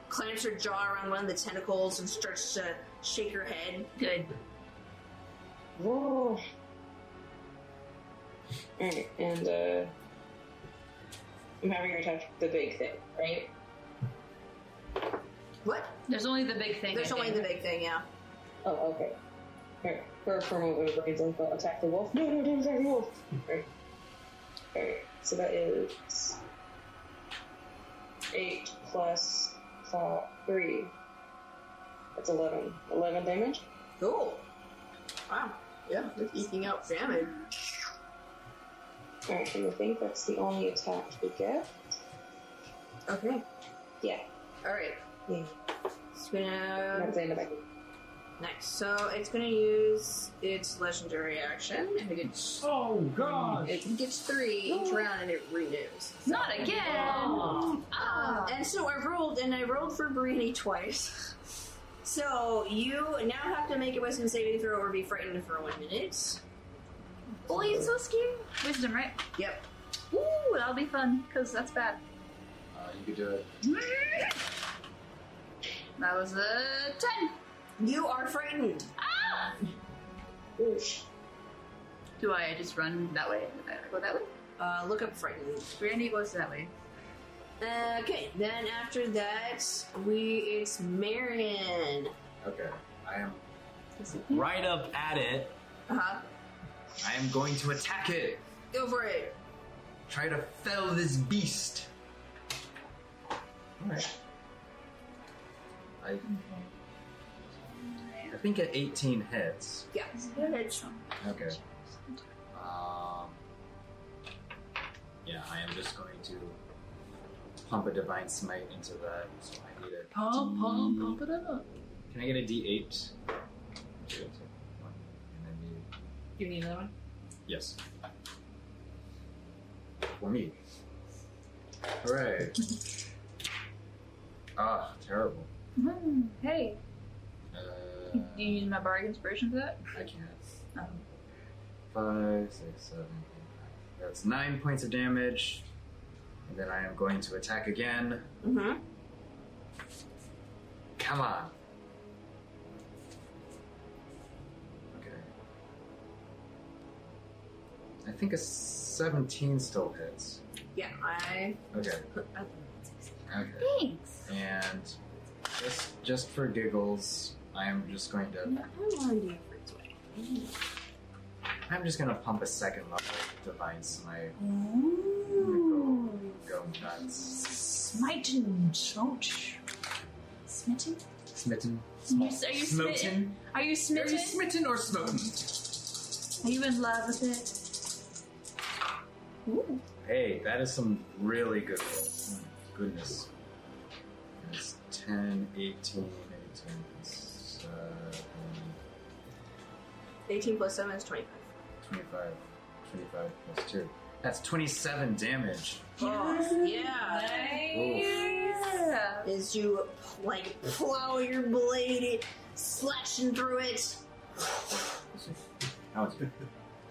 S1: clamps her jaw around one of the tentacles and starts to shake her head. Good.
S2: Whoa. Alright, and uh, I'm having her touch the big thing, right?
S1: What?
S9: There's only the big thing.
S1: There's
S9: I
S1: only
S9: think.
S1: the big thing, yeah.
S2: Oh, okay. Alright, for, for a moment, my brain's like, well, attack the wolf. No, no, don't attack the wolf! Alright. Alright, so that is 8 plus uh, 3. That's 11. 11 damage?
S1: Cool. Wow. Yeah, they're eking out damage.
S2: Alright, and I think that's the only attack we get.
S1: Okay.
S2: Yeah.
S1: Alright.
S2: Yeah.
S1: It's gonna.
S2: That's the end of my
S1: Nice. So it's gonna use its legendary action, and it gets. Oh
S4: gosh.
S1: It gets three each round, and it renews.
S9: Not again! Ah.
S1: Oh. Um, and so I rolled, and I rolled for Brini twice. So you now have to make a wisdom saving throw or be frightened for one minute.
S9: Oh, it's so scary. Wisdom, right?
S1: Yep.
S9: Ooh, that'll be fun, because that's bad.
S3: Uh, you could do it.
S9: That was a 10.
S1: You are frightened.
S9: Ah! Do I just run that way? I go that way?
S1: Uh, look up frightened.
S9: Brandy goes that way.
S1: Okay, then after that, we it's Marion.
S4: Okay. I am right up at it.
S1: Uh huh.
S4: I am going to attack it.
S1: Go for it.
S4: Try to fell this beast. Alright. I, I think at 18 hits.
S1: Yeah.
S4: Okay. Um, yeah, I am just going to pump a divine smite into that. So I need a.
S9: Pump, pump, pump it up.
S4: Can I get a D8?
S2: You need another one?
S4: Yes. For me. Hooray. ah, terrible.
S9: Mm, hey,
S4: Uh,
S9: do you need my bardic inspiration for that?
S4: I can't.
S9: Oh.
S4: five, six, seven, eight, nine. That's nine points of damage. And then I am going to attack again.
S1: Mm-hmm.
S4: Come on. I think a 17 still hits.
S1: Yeah, I.
S4: Okay. Okay.
S1: Thanks.
S4: And just just for giggles, I am just going to I'm just gonna pump a second level divine smite. Go nuts.
S9: Smitten. Smooch. Smitten?
S4: Smitten.
S9: Are you smitten? Are you smitten? Are you
S4: smitten or smoten?
S9: Are you in love with it? Ooh.
S4: Hey, that is some really good rolls. Oh, my goodness. It's 10, 18, 18, 7,
S1: 18 plus 7 is 25.
S4: 25, 25 plus 2. That's 27 damage.
S1: Oh, yeah.
S9: Yeah.
S1: As you like plow your blade, slashing through it.
S4: That was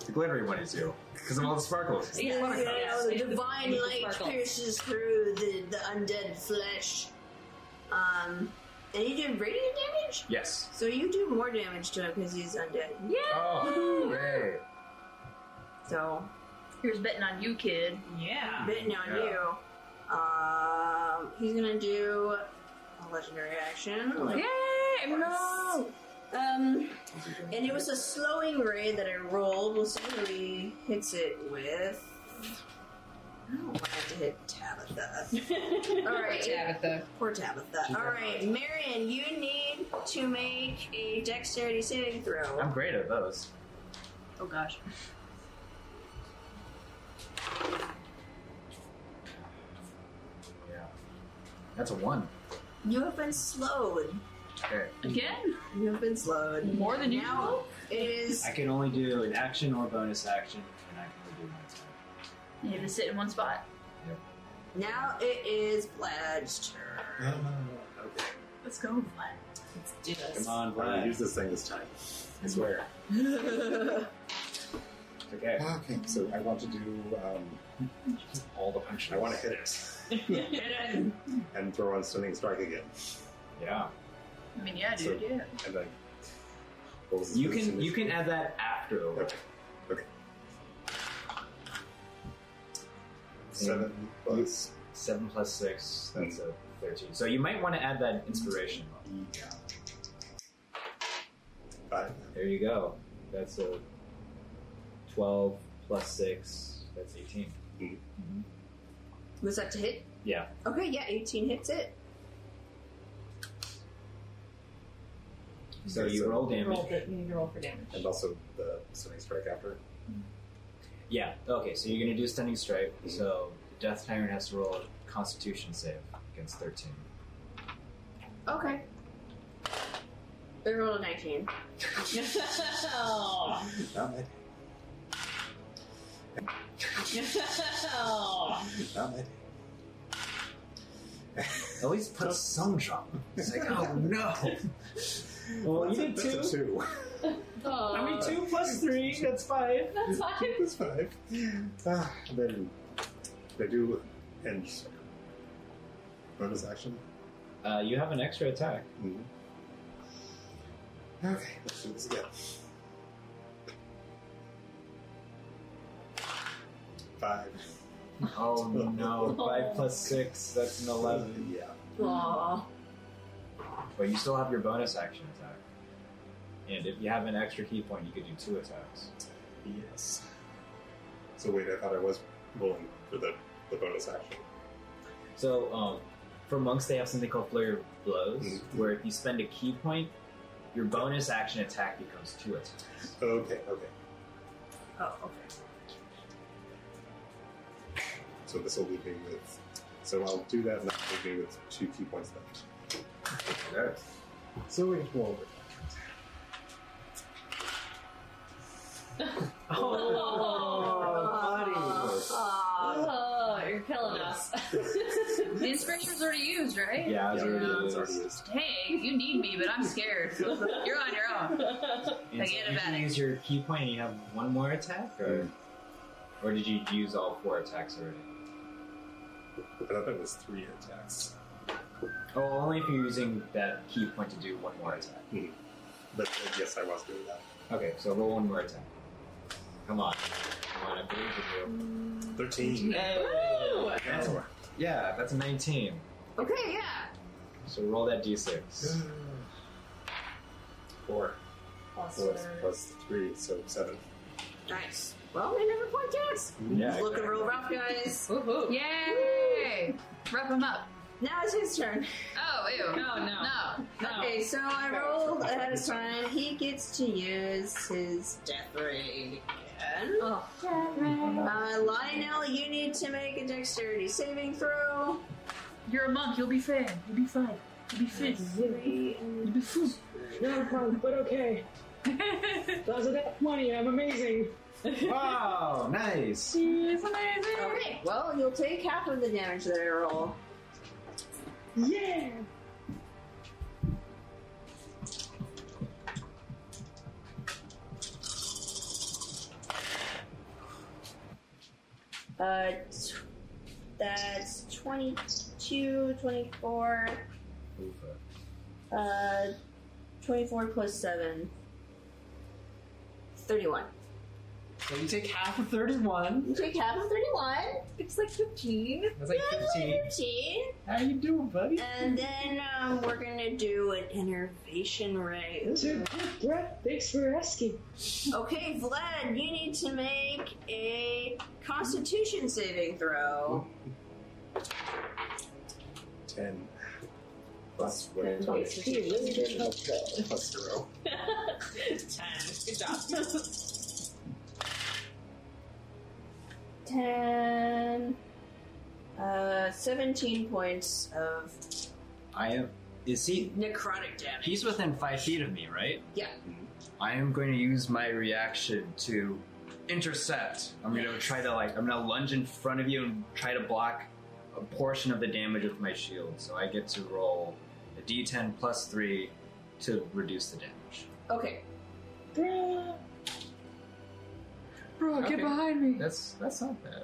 S4: The glittery one is you, because of all the sparkles.
S1: Yeah,
S4: Sparkles.
S1: the divine light
S4: Sparkles.
S1: pierces through the, the undead flesh. Um, and you do radiant damage?
S4: Yes.
S1: So you do more damage to him because he's undead.
S9: Yeah.
S4: Oh, yay.
S1: So
S9: here's betting on you, kid. Yeah.
S1: Bitten on you. Um, he's gonna do a legendary action. like-
S9: Yay! No.
S1: Um, and it was a slowing ray that I rolled. We'll see what he hits it with. I don't want it to hit Tabitha. All right,
S7: Poor Tabitha.
S1: Poor Tabitha. All right, Marion, you need to make a dexterity saving throw.
S4: I'm great at those.
S1: Oh gosh.
S4: Yeah. That's a 1.
S1: You have been slowed.
S4: Okay.
S1: Again? You have been slowed.
S9: More than
S1: Now it is.
S41: I can only do an action or bonus action, and I can only do one time.
S9: You have to sit in one spot.
S1: Now it is Vlad's turn.
S3: okay.
S9: Let's go, Vlad. Let's do
S3: Come on, Vlad. Use this thing this time. I swear.
S4: Okay.
S3: Okay, so I want to do um,
S4: all the punches.
S3: I want to hit it
S1: uh,
S3: and throw on stunning strike again.
S4: Yeah.
S9: I mean, yeah, dude.
S3: So-
S9: yeah.
S3: And then what was
S4: You
S3: the
S4: can you
S3: initiative?
S4: can add that after the roll.
S3: Okay. Okay.
S4: Mm-hmm.
S3: Seven plus
S4: seven plus six. That's a thirteen. So you might want to add that inspiration.
S3: Yeah. Five.
S4: There you go. That's a twelve plus six. That's 18
S1: Was that to hit?
S4: Yeah.
S1: Okay, yeah, 18 hits it.
S4: So you roll damage.
S7: You need to roll for damage.
S3: and also the stunning strike after.
S4: Yeah. Okay. So you're gonna do stunning strike. So the Death Tyrant has to roll a Constitution save against thirteen.
S1: Okay. They rolled a 19.
S4: Ah.
S7: Oh.
S3: Not bad.
S4: Oh.
S3: Not bad.
S4: At least put some drop. It's like, oh no. well, you did
S3: That's a two.
S7: I mean, two
S41: plus three, that's five.
S7: That's five.
S3: That's five. Ah, then they do and bonus action. Hmm.
S4: Uh, you have an extra attack.
S3: Okay, let's do this again. Five.
S4: Oh no! Five plus six. That's an eleven.
S3: Yeah.
S1: Aww.
S4: But you still have your bonus action attack. And if you have an extra key point, you could do two attacks.
S3: Yes. So wait, I thought I was rolling for the, the bonus action.
S4: So, um, for monks, they have something called flurry of blows, where if you spend a key point, your bonus action attack becomes two attacks.
S3: Okay, okay.
S1: Oh, okay.
S3: So this will leave me with. So I'll do that, and that will leave me with two key points left.
S4: Okay.
S3: So we roll over.
S1: Ah,
S42: Oh, you're killing us.
S9: The inspiration was already used, right?
S4: Yeah, it's already used.
S9: Hey, you need me, but I'm scared. You're on your own.
S4: And
S9: Like
S4: so you can
S9: Annabelle.
S4: use your key point, and you have one more attack, or, or did you use all four attacks already?
S3: I thought that was three attacks.
S4: Oh, only if you're using that key point to do one more attack.
S3: But uh, yes, I was doing that.
S4: Okay, so roll one more attack. Come on. but I believe in you.
S3: 13.
S4: Woo!
S3: That's a-
S4: yeah, that's a 19.
S9: Okay, yeah.
S4: So roll that d6.
S3: Four.
S9: Plus
S3: Plus, plus three, so seven.
S1: Nice. Well, they never point us.
S3: Yeah,
S1: Looking
S3: exactly.
S1: real rough, guys.
S9: Oh. Yay! Wrap him up.
S1: Now it's his turn.
S9: Oh, ew.
S1: No, no.
S9: No. no.
S1: Okay, so I rolled ahead of time. He gets to use his death ray again.
S9: Oh,
S1: Uh, Lionel, you need to make a dexterity saving throw.
S43: You're a monk. You'll be fine. You'll be fine. You'll be fit. You'll be food.
S2: Not a punk, but okay. Those are that money. I'm amazing.
S4: Wow, nice.
S1: It's amazing. Okay, well, you'll take half of the damage that I roll.
S2: Yeah.
S1: Uh, t- that's 22, 24, uh, 24 plus 7. 31.
S4: So you take half of 31.
S1: You take half of 31. It's like 15.
S4: That's like
S1: Yeah, it's
S4: 15.
S1: 15.
S4: How you doing, buddy?
S1: And then um, we're gonna do an innervation ray.
S2: Dude, Brett, thanks for asking.
S1: Okay, Vlad, you need to make a Constitution saving throw.
S3: Ten. Plus
S1: Ten,
S3: whatever.
S1: twenty, fifteen, really good help, though.
S3: Plus zero.
S7: Ten. Good job.
S1: Ten. Uh, seventeen points of
S44: I am. Is he?
S1: necrotic damage.
S44: He's within five feet of me, right?
S1: Yeah.
S4: Mm-hmm. I am going to use my reaction to intercept. I'm going to try to like I'm going to lunge in front of you and try to block a portion of the damage with my shield. So I get to roll a d10 plus 3 to reduce the damage.
S1: Okay.
S2: Bro. Bro,
S4: get Okay.
S2: behind me.
S4: That's that's not bad.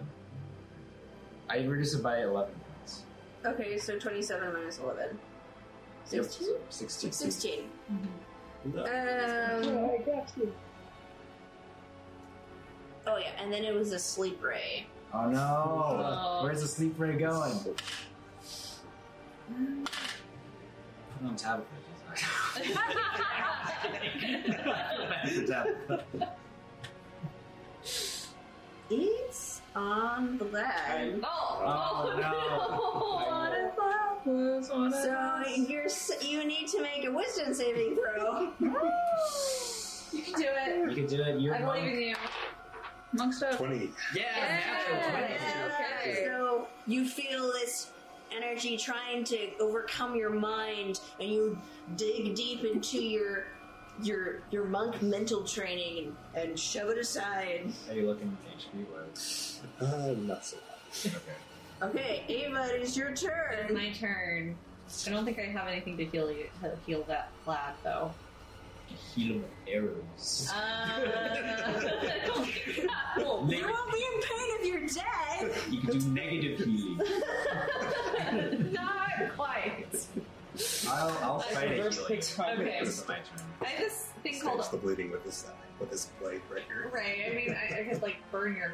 S4: I reduce it by 11 points.
S1: Okay, so 27 minus 11.
S4: Yep,
S1: 16?
S4: 16.
S1: 16.
S4: No.
S1: Um,
S2: I got you.
S1: oh, yeah, and then it was a sleep ray.
S4: Oh no.
S1: Oh.
S4: Where's the sleep ray going? Put it on tab.
S1: It's on the leg.
S4: Oh,
S7: oh, no.
S1: So you're, s- you need to make a wisdom saving throw.
S7: You can do it.
S4: You can do it. You're
S7: I believe in you.
S43: Monk stuff.
S3: 20.
S1: So you feel this energy trying to overcome your mind, and you dig deep into your your your monk mental training and shove it aside.
S4: Are you looking at HP wise?
S3: Uh, not so
S4: Okay.
S1: Okay, Ava, it is your turn.
S7: It's my turn. I don't think I have anything to heal you to heal that plaid though.
S4: Heal arrows.
S7: Uh,
S1: Well,
S4: Maybe.
S1: you won't be in pain if you're dead.
S4: You can do negative healing.
S7: not quite.
S4: I'll, I'll
S7: That's
S4: fight a
S7: reverse
S4: healing.
S7: Okay.
S4: This is my turn.
S7: I have this thing
S3: Staves the
S7: called
S3: bleeding with this, uh, with this blade right here.
S7: Right. I mean, I, I could like burn your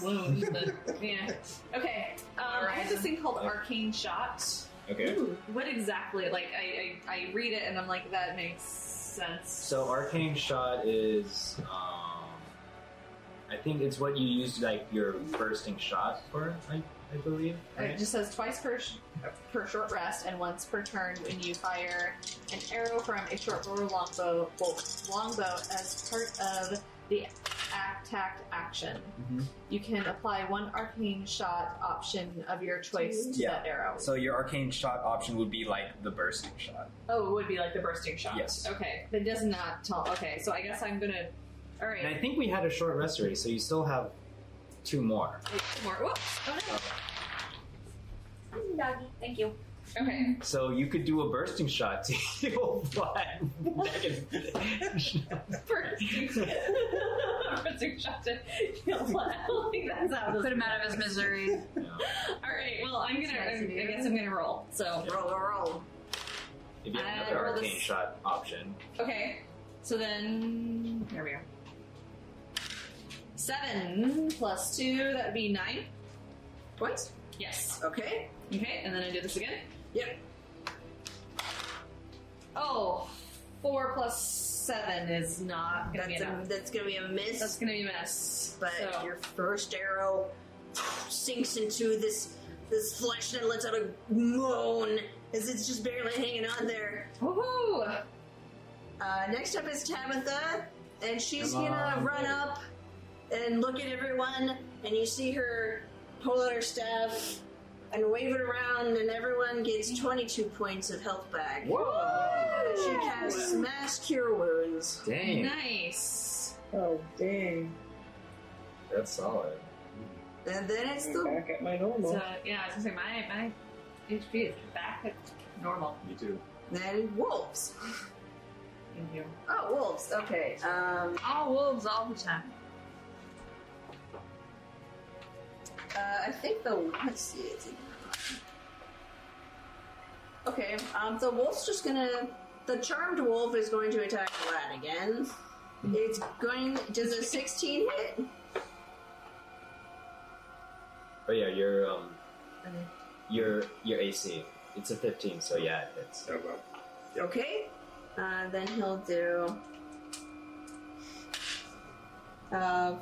S7: wounds, but yeah. Okay. Um, I have this thing called arcane shot.
S4: Okay.
S7: What exactly? Like, I, I I read it and I'm like, that makes sense.
S4: So arcane shot is, um, I think it's what you use like your bursting shot for. I, I believe.
S7: It just says twice per sh- per short rest and once per turn when you fire an arrow from a short or longbow bolt longbow as part of the attack action.
S4: Mhm.
S7: You can apply one arcane shot option of your choice to
S4: Yeah.
S7: that arrow.
S4: So your arcane shot option would be like the bursting shot.
S7: Oh, it would be like the bursting shot.
S4: Yes.
S7: Okay. That does not tell. Okay, so I guess I'm gonna. All right.
S4: And I think we had a short rest already, so you still have two more.
S7: Wait, two more. Whoops. Oh no. Doggy. Thank you. Okay.
S4: So you could do a bursting shot to heal one.
S7: bursting shot to heal one. I don't think that's how this
S9: Put him out of his misery.
S7: All right. Well, I'm gonna.
S9: Nice
S7: I,
S9: of you.
S7: I guess I'm gonna roll. So
S1: roll, roll.
S4: If you have
S7: I
S4: another
S7: roll
S4: arcane
S7: this-
S4: shot option,
S7: Okay. So then there we are. Seven plus two, that would be nine.
S1: Points?
S7: Yes.
S1: Okay.
S7: Okay, and then I do this again.
S1: Yep.
S7: Oh, four plus seven is not gonna
S1: That's
S7: be
S1: a-
S7: enough.
S1: that's gonna be a miss.
S7: That's gonna be a miss.
S1: But
S7: So-
S1: your first arrow sinks into this this flesh and lets out a moan as it's just barely hanging on there.
S7: Woohoo!
S1: Uh, next up is Tabitha, and she's
S7: Come
S1: gonna
S7: on,
S1: run
S7: baby.
S1: up and look at everyone, and you see her pull out her staff and wave it around, and everyone gets 22 points of health back.
S2: Whoa!
S1: She casts Mass Cure Wounds.
S2: Dang.
S7: Nice.
S2: Oh, dang.
S30: That's solid.
S1: And then it's
S7: I'm
S1: the
S2: Back at my
S7: So,
S2: normal.
S7: yeah, I was gonna say my my HP is back at normal.
S30: Me too.
S1: then wolves.
S7: Thank you.
S1: Oh, wolves. Okay. Um,
S9: all wolves, all the time.
S1: Uh, I think the let's see. It's okay, um, the wolf's just gonna. The charmed wolf is going to attack the lad again. It's going. Does a sixteen hit?
S4: Oh,
S30: But yeah, your um, your your AC. It's a 15, so yeah, it hits.
S3: Oh,
S1: Okay. Uh, then he'll do. Uh,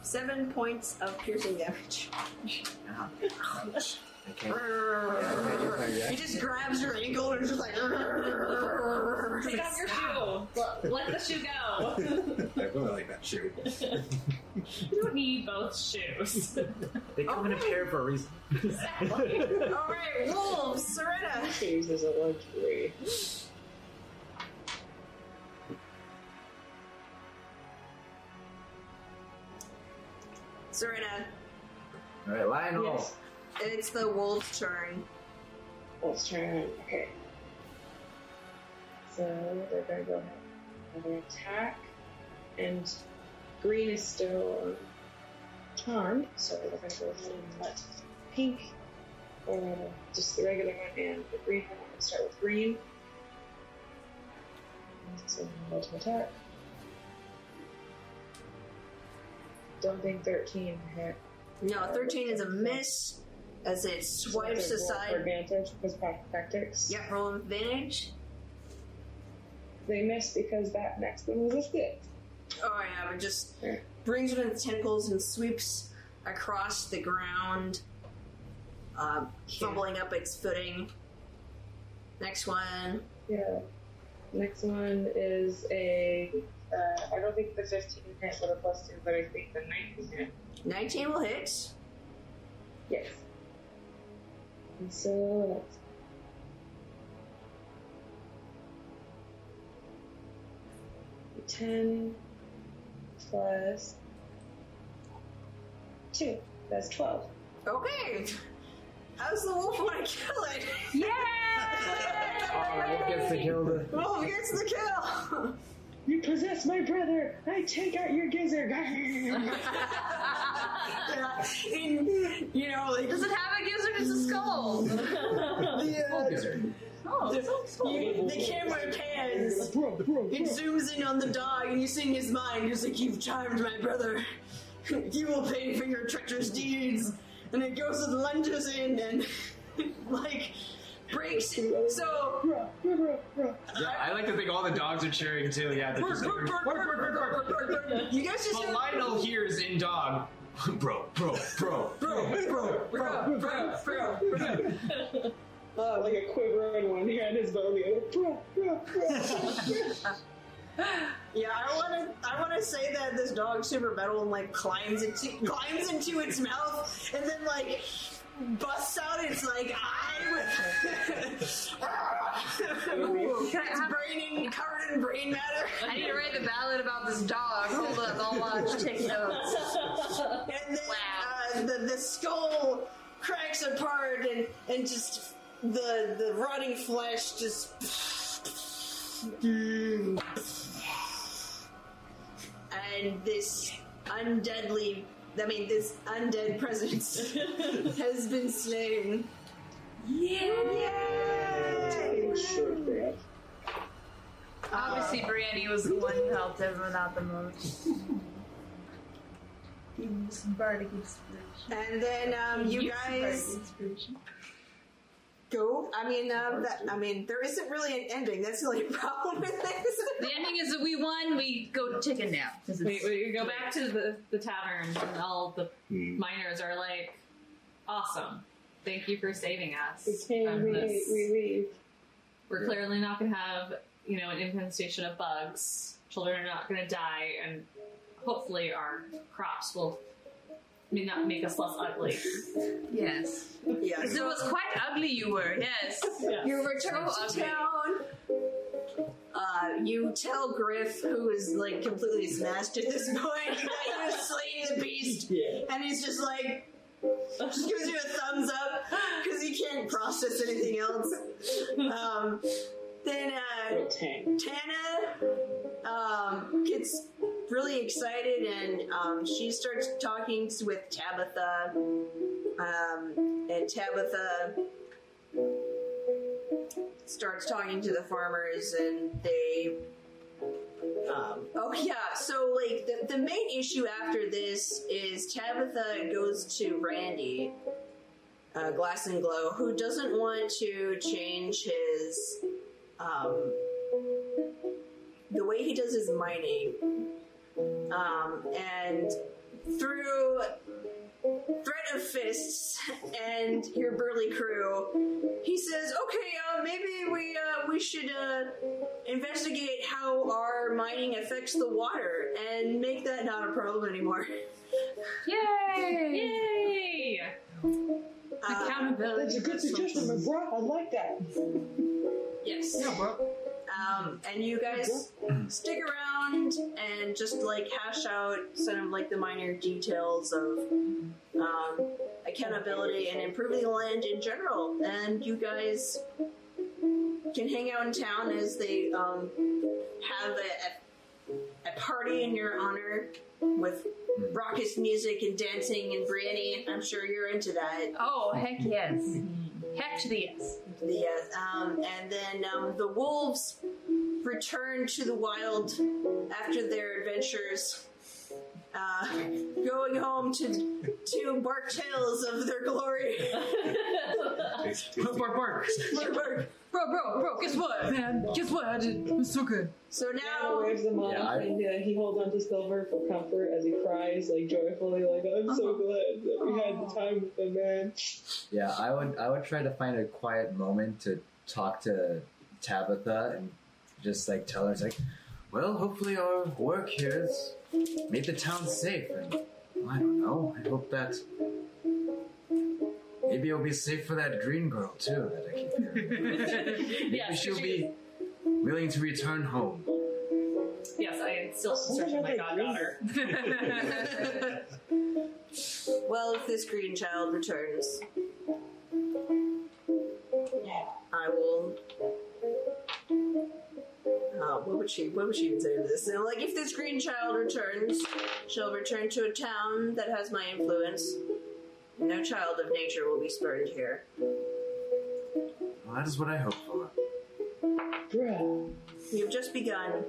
S1: seven points of piercing damage.
S30: I can't.
S1: He just grabs her ankle and is just like. Take
S7: off your shoe. Let, let the shoe go.
S3: I really like that shoe.
S7: You don't need both shoes.
S30: They come in a pair for a reason.
S1: Alright, wolves, Serena.
S2: Jesus, a luxury.
S1: Serena,
S30: All right, Lionel.
S2: Yes.
S1: it's the wolf's turn.
S2: Let's try it. Okay. So they're gonna go ahead. Another attack. And green is still charmed, so they're gonna go ahead and let pink or just the regular one and the green one. We'll start with green. So multiple attack. Don't think thirteen hit.
S1: No, 13 is a miss as it swipes
S2: For
S1: aside.
S2: advantage because of tactics.
S1: Yep, roll with advantage.
S2: They missed because that next one was a six.
S1: Oh, yeah, but just brings one of its tentacles and sweeps across the ground, uh, fumbling up its footing. Next one.
S2: Yeah. Next one is a. Uh, I don't think the 15 hit with a plus two, but I think the 19 hit.
S1: 19 will hit.
S2: Yes. And so that's. Ten plus two. That's twelve.
S1: Okay. How's the wolf want to kill it?
S30: Oh,
S1: Yeah!
S30: Wolf gets to kill the.
S1: wolf gets the kill.
S2: You possess my brother. I take out your gizzard.
S1: yeah, and, you know, like
S9: Does it have a gizzard? It's a skull.
S1: Yeah.
S9: Oh,
S1: You- the camera pans. It zooms in on the dog, and you see in his mind, he's like, You've charmed my brother. you will pay for your treacherous deeds. And it goes and lunges in and, like, breaks. So.
S30: Yeah, I like to think all the dogs are cheering too. Yeah, they're just like,
S1: You guys just.
S30: But Lionel hears in dog, bro, bro, bro.
S1: Bro, bro, bro, bro, bro, bro.
S2: Oh, like a quiver in one hand, his bow the other. Bruh, bruh, bruh.
S1: Yeah, I wanna, I wanna say that this dog's super metal and like climbs into, climbs into its mouth, and then like busts out its like eye with its brain covered in brain matter.
S9: I need to write the ballad about this dog. Hold up, I'll watch. Take notes.
S1: and then uh, the, the skull cracks apart and, and just the the rotting flesh just and this undeadly I mean this undead presence has been slain. Yay!
S9: Obviously, Brienne was the one who helped everyone out the most.
S1: Use bardic inspiration. And then um, you
S9: Use
S1: guys
S9: bardic
S1: go. I mean, um, that, I mean, there isn't really an ending. That's the only problem with this.
S7: The ending is that we won. We go take a nap. We, we go back to the, the tavern, and all the miners are like, "Awesome, thank you for saving us." from
S31: we,
S7: this.
S31: we leave.
S7: We're clearly not going to have you know an infestation of bugs. Children are not going to die, and hopefully our crops will may not make us less ugly.
S6: Yes.
S1: Yes.
S6: It was quite ugly you were, yes.
S1: You return
S6: So
S1: to
S6: ugly.
S1: town. Uh, you tell Griff, who is like completely smashed at this point, that you've slain the beast, and he's just like, just gives you a thumbs up because he can't process anything else. Um, then uh, Tana um, gets really excited and um, she starts talking with Tabitha, um, and Tabitha starts talking to the farmers and they um, oh yeah so like the, the main issue after this is tabitha goes to randy uh, glass and glow who doesn't want to change his um, the way he does his mining um, and through threat of fists and your burly crew, he says, "Okay, uh, maybe we uh, we should uh, investigate how our mining affects the water and make that not a problem anymore."
S7: Yay! Yay!
S1: Uh, Accountability.
S45: Uh, That's a good suggestion, my bro. I like that.
S1: Yes.
S45: Yeah, bro.
S1: Um, and you guys stick around and just like hash out some of like the minor details of um, accountability and improving the land in general. And you guys can hang out in town as they um, have a, a, a party in your honor with raucous music and dancing and brandy. I'm sure you're into that.
S6: Oh, heck yes. Heck to the yes.
S1: The, uh, um, and then um, the wolves return to the wild after their adventures, uh, going home to to bark tales of their glory.
S6: Bark, bark, bark.
S1: Bark, bark.
S6: Bro, bro, bro, guess what, man? Guess what? I did. I'm so good.
S1: So
S45: He
S1: now,
S45: waves them off,
S6: Yeah, I-
S45: and uh, he holds on to Silver for comfort as he cries, like joyfully, like I'm so glad that we had the time with the man.
S46: Yeah, I would I would try to find a quiet moment to talk to Tabitha and just like tell her it's like, well, hopefully our work here has made the town safe, and I don't know. I hope that maybe it'll be safe for that green girl too. That I keep hearing.
S7: Yes,
S46: maybe she'll be willing to return home.
S7: Yes, I am
S45: Oh,
S7: still in search of my goddaughter.
S1: well, if this green child returns, I will. Uh, what would she? What would she even say to this? And like, if this green child returns, she'll return to a town that has my influence. No child of nature will be spurned here.
S46: Well, that is what I hope for.
S1: You've just begun,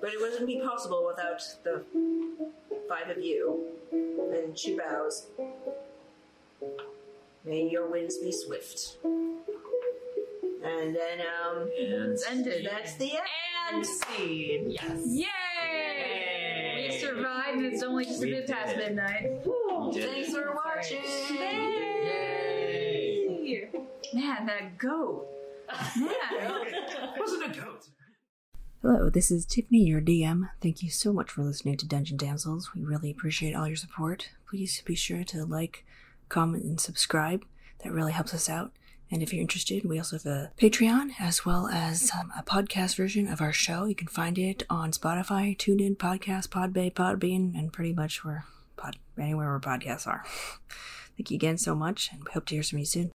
S1: but it wouldn't be possible without the five of you. And she bows. May your winds be swift. And then, um,
S46: And
S6: ended.
S1: That's the end.
S6: And scene.
S7: Yes.
S6: Yay! We survived, and it's only just
S1: We
S6: a bit past
S1: did it.
S6: midnight.
S1: did it. Thanks for watching.
S6: Yay! Man, that goat. Man,
S46: wasn't a goat.
S47: Hello, this is Tiffany, your DM. Thank you so much for listening to Dungeon Damsels. We really appreciate all your support. Please be sure to like, comment, and subscribe. That really helps us out. And if you're interested, we also have a Patreon as well as um, a podcast version of our show. You can find it on Spotify, TuneIn, Podcast, Podbay, Podbean, and pretty much where pod anywhere where podcasts are. Thank you again so much, and we hope to hear from you soon.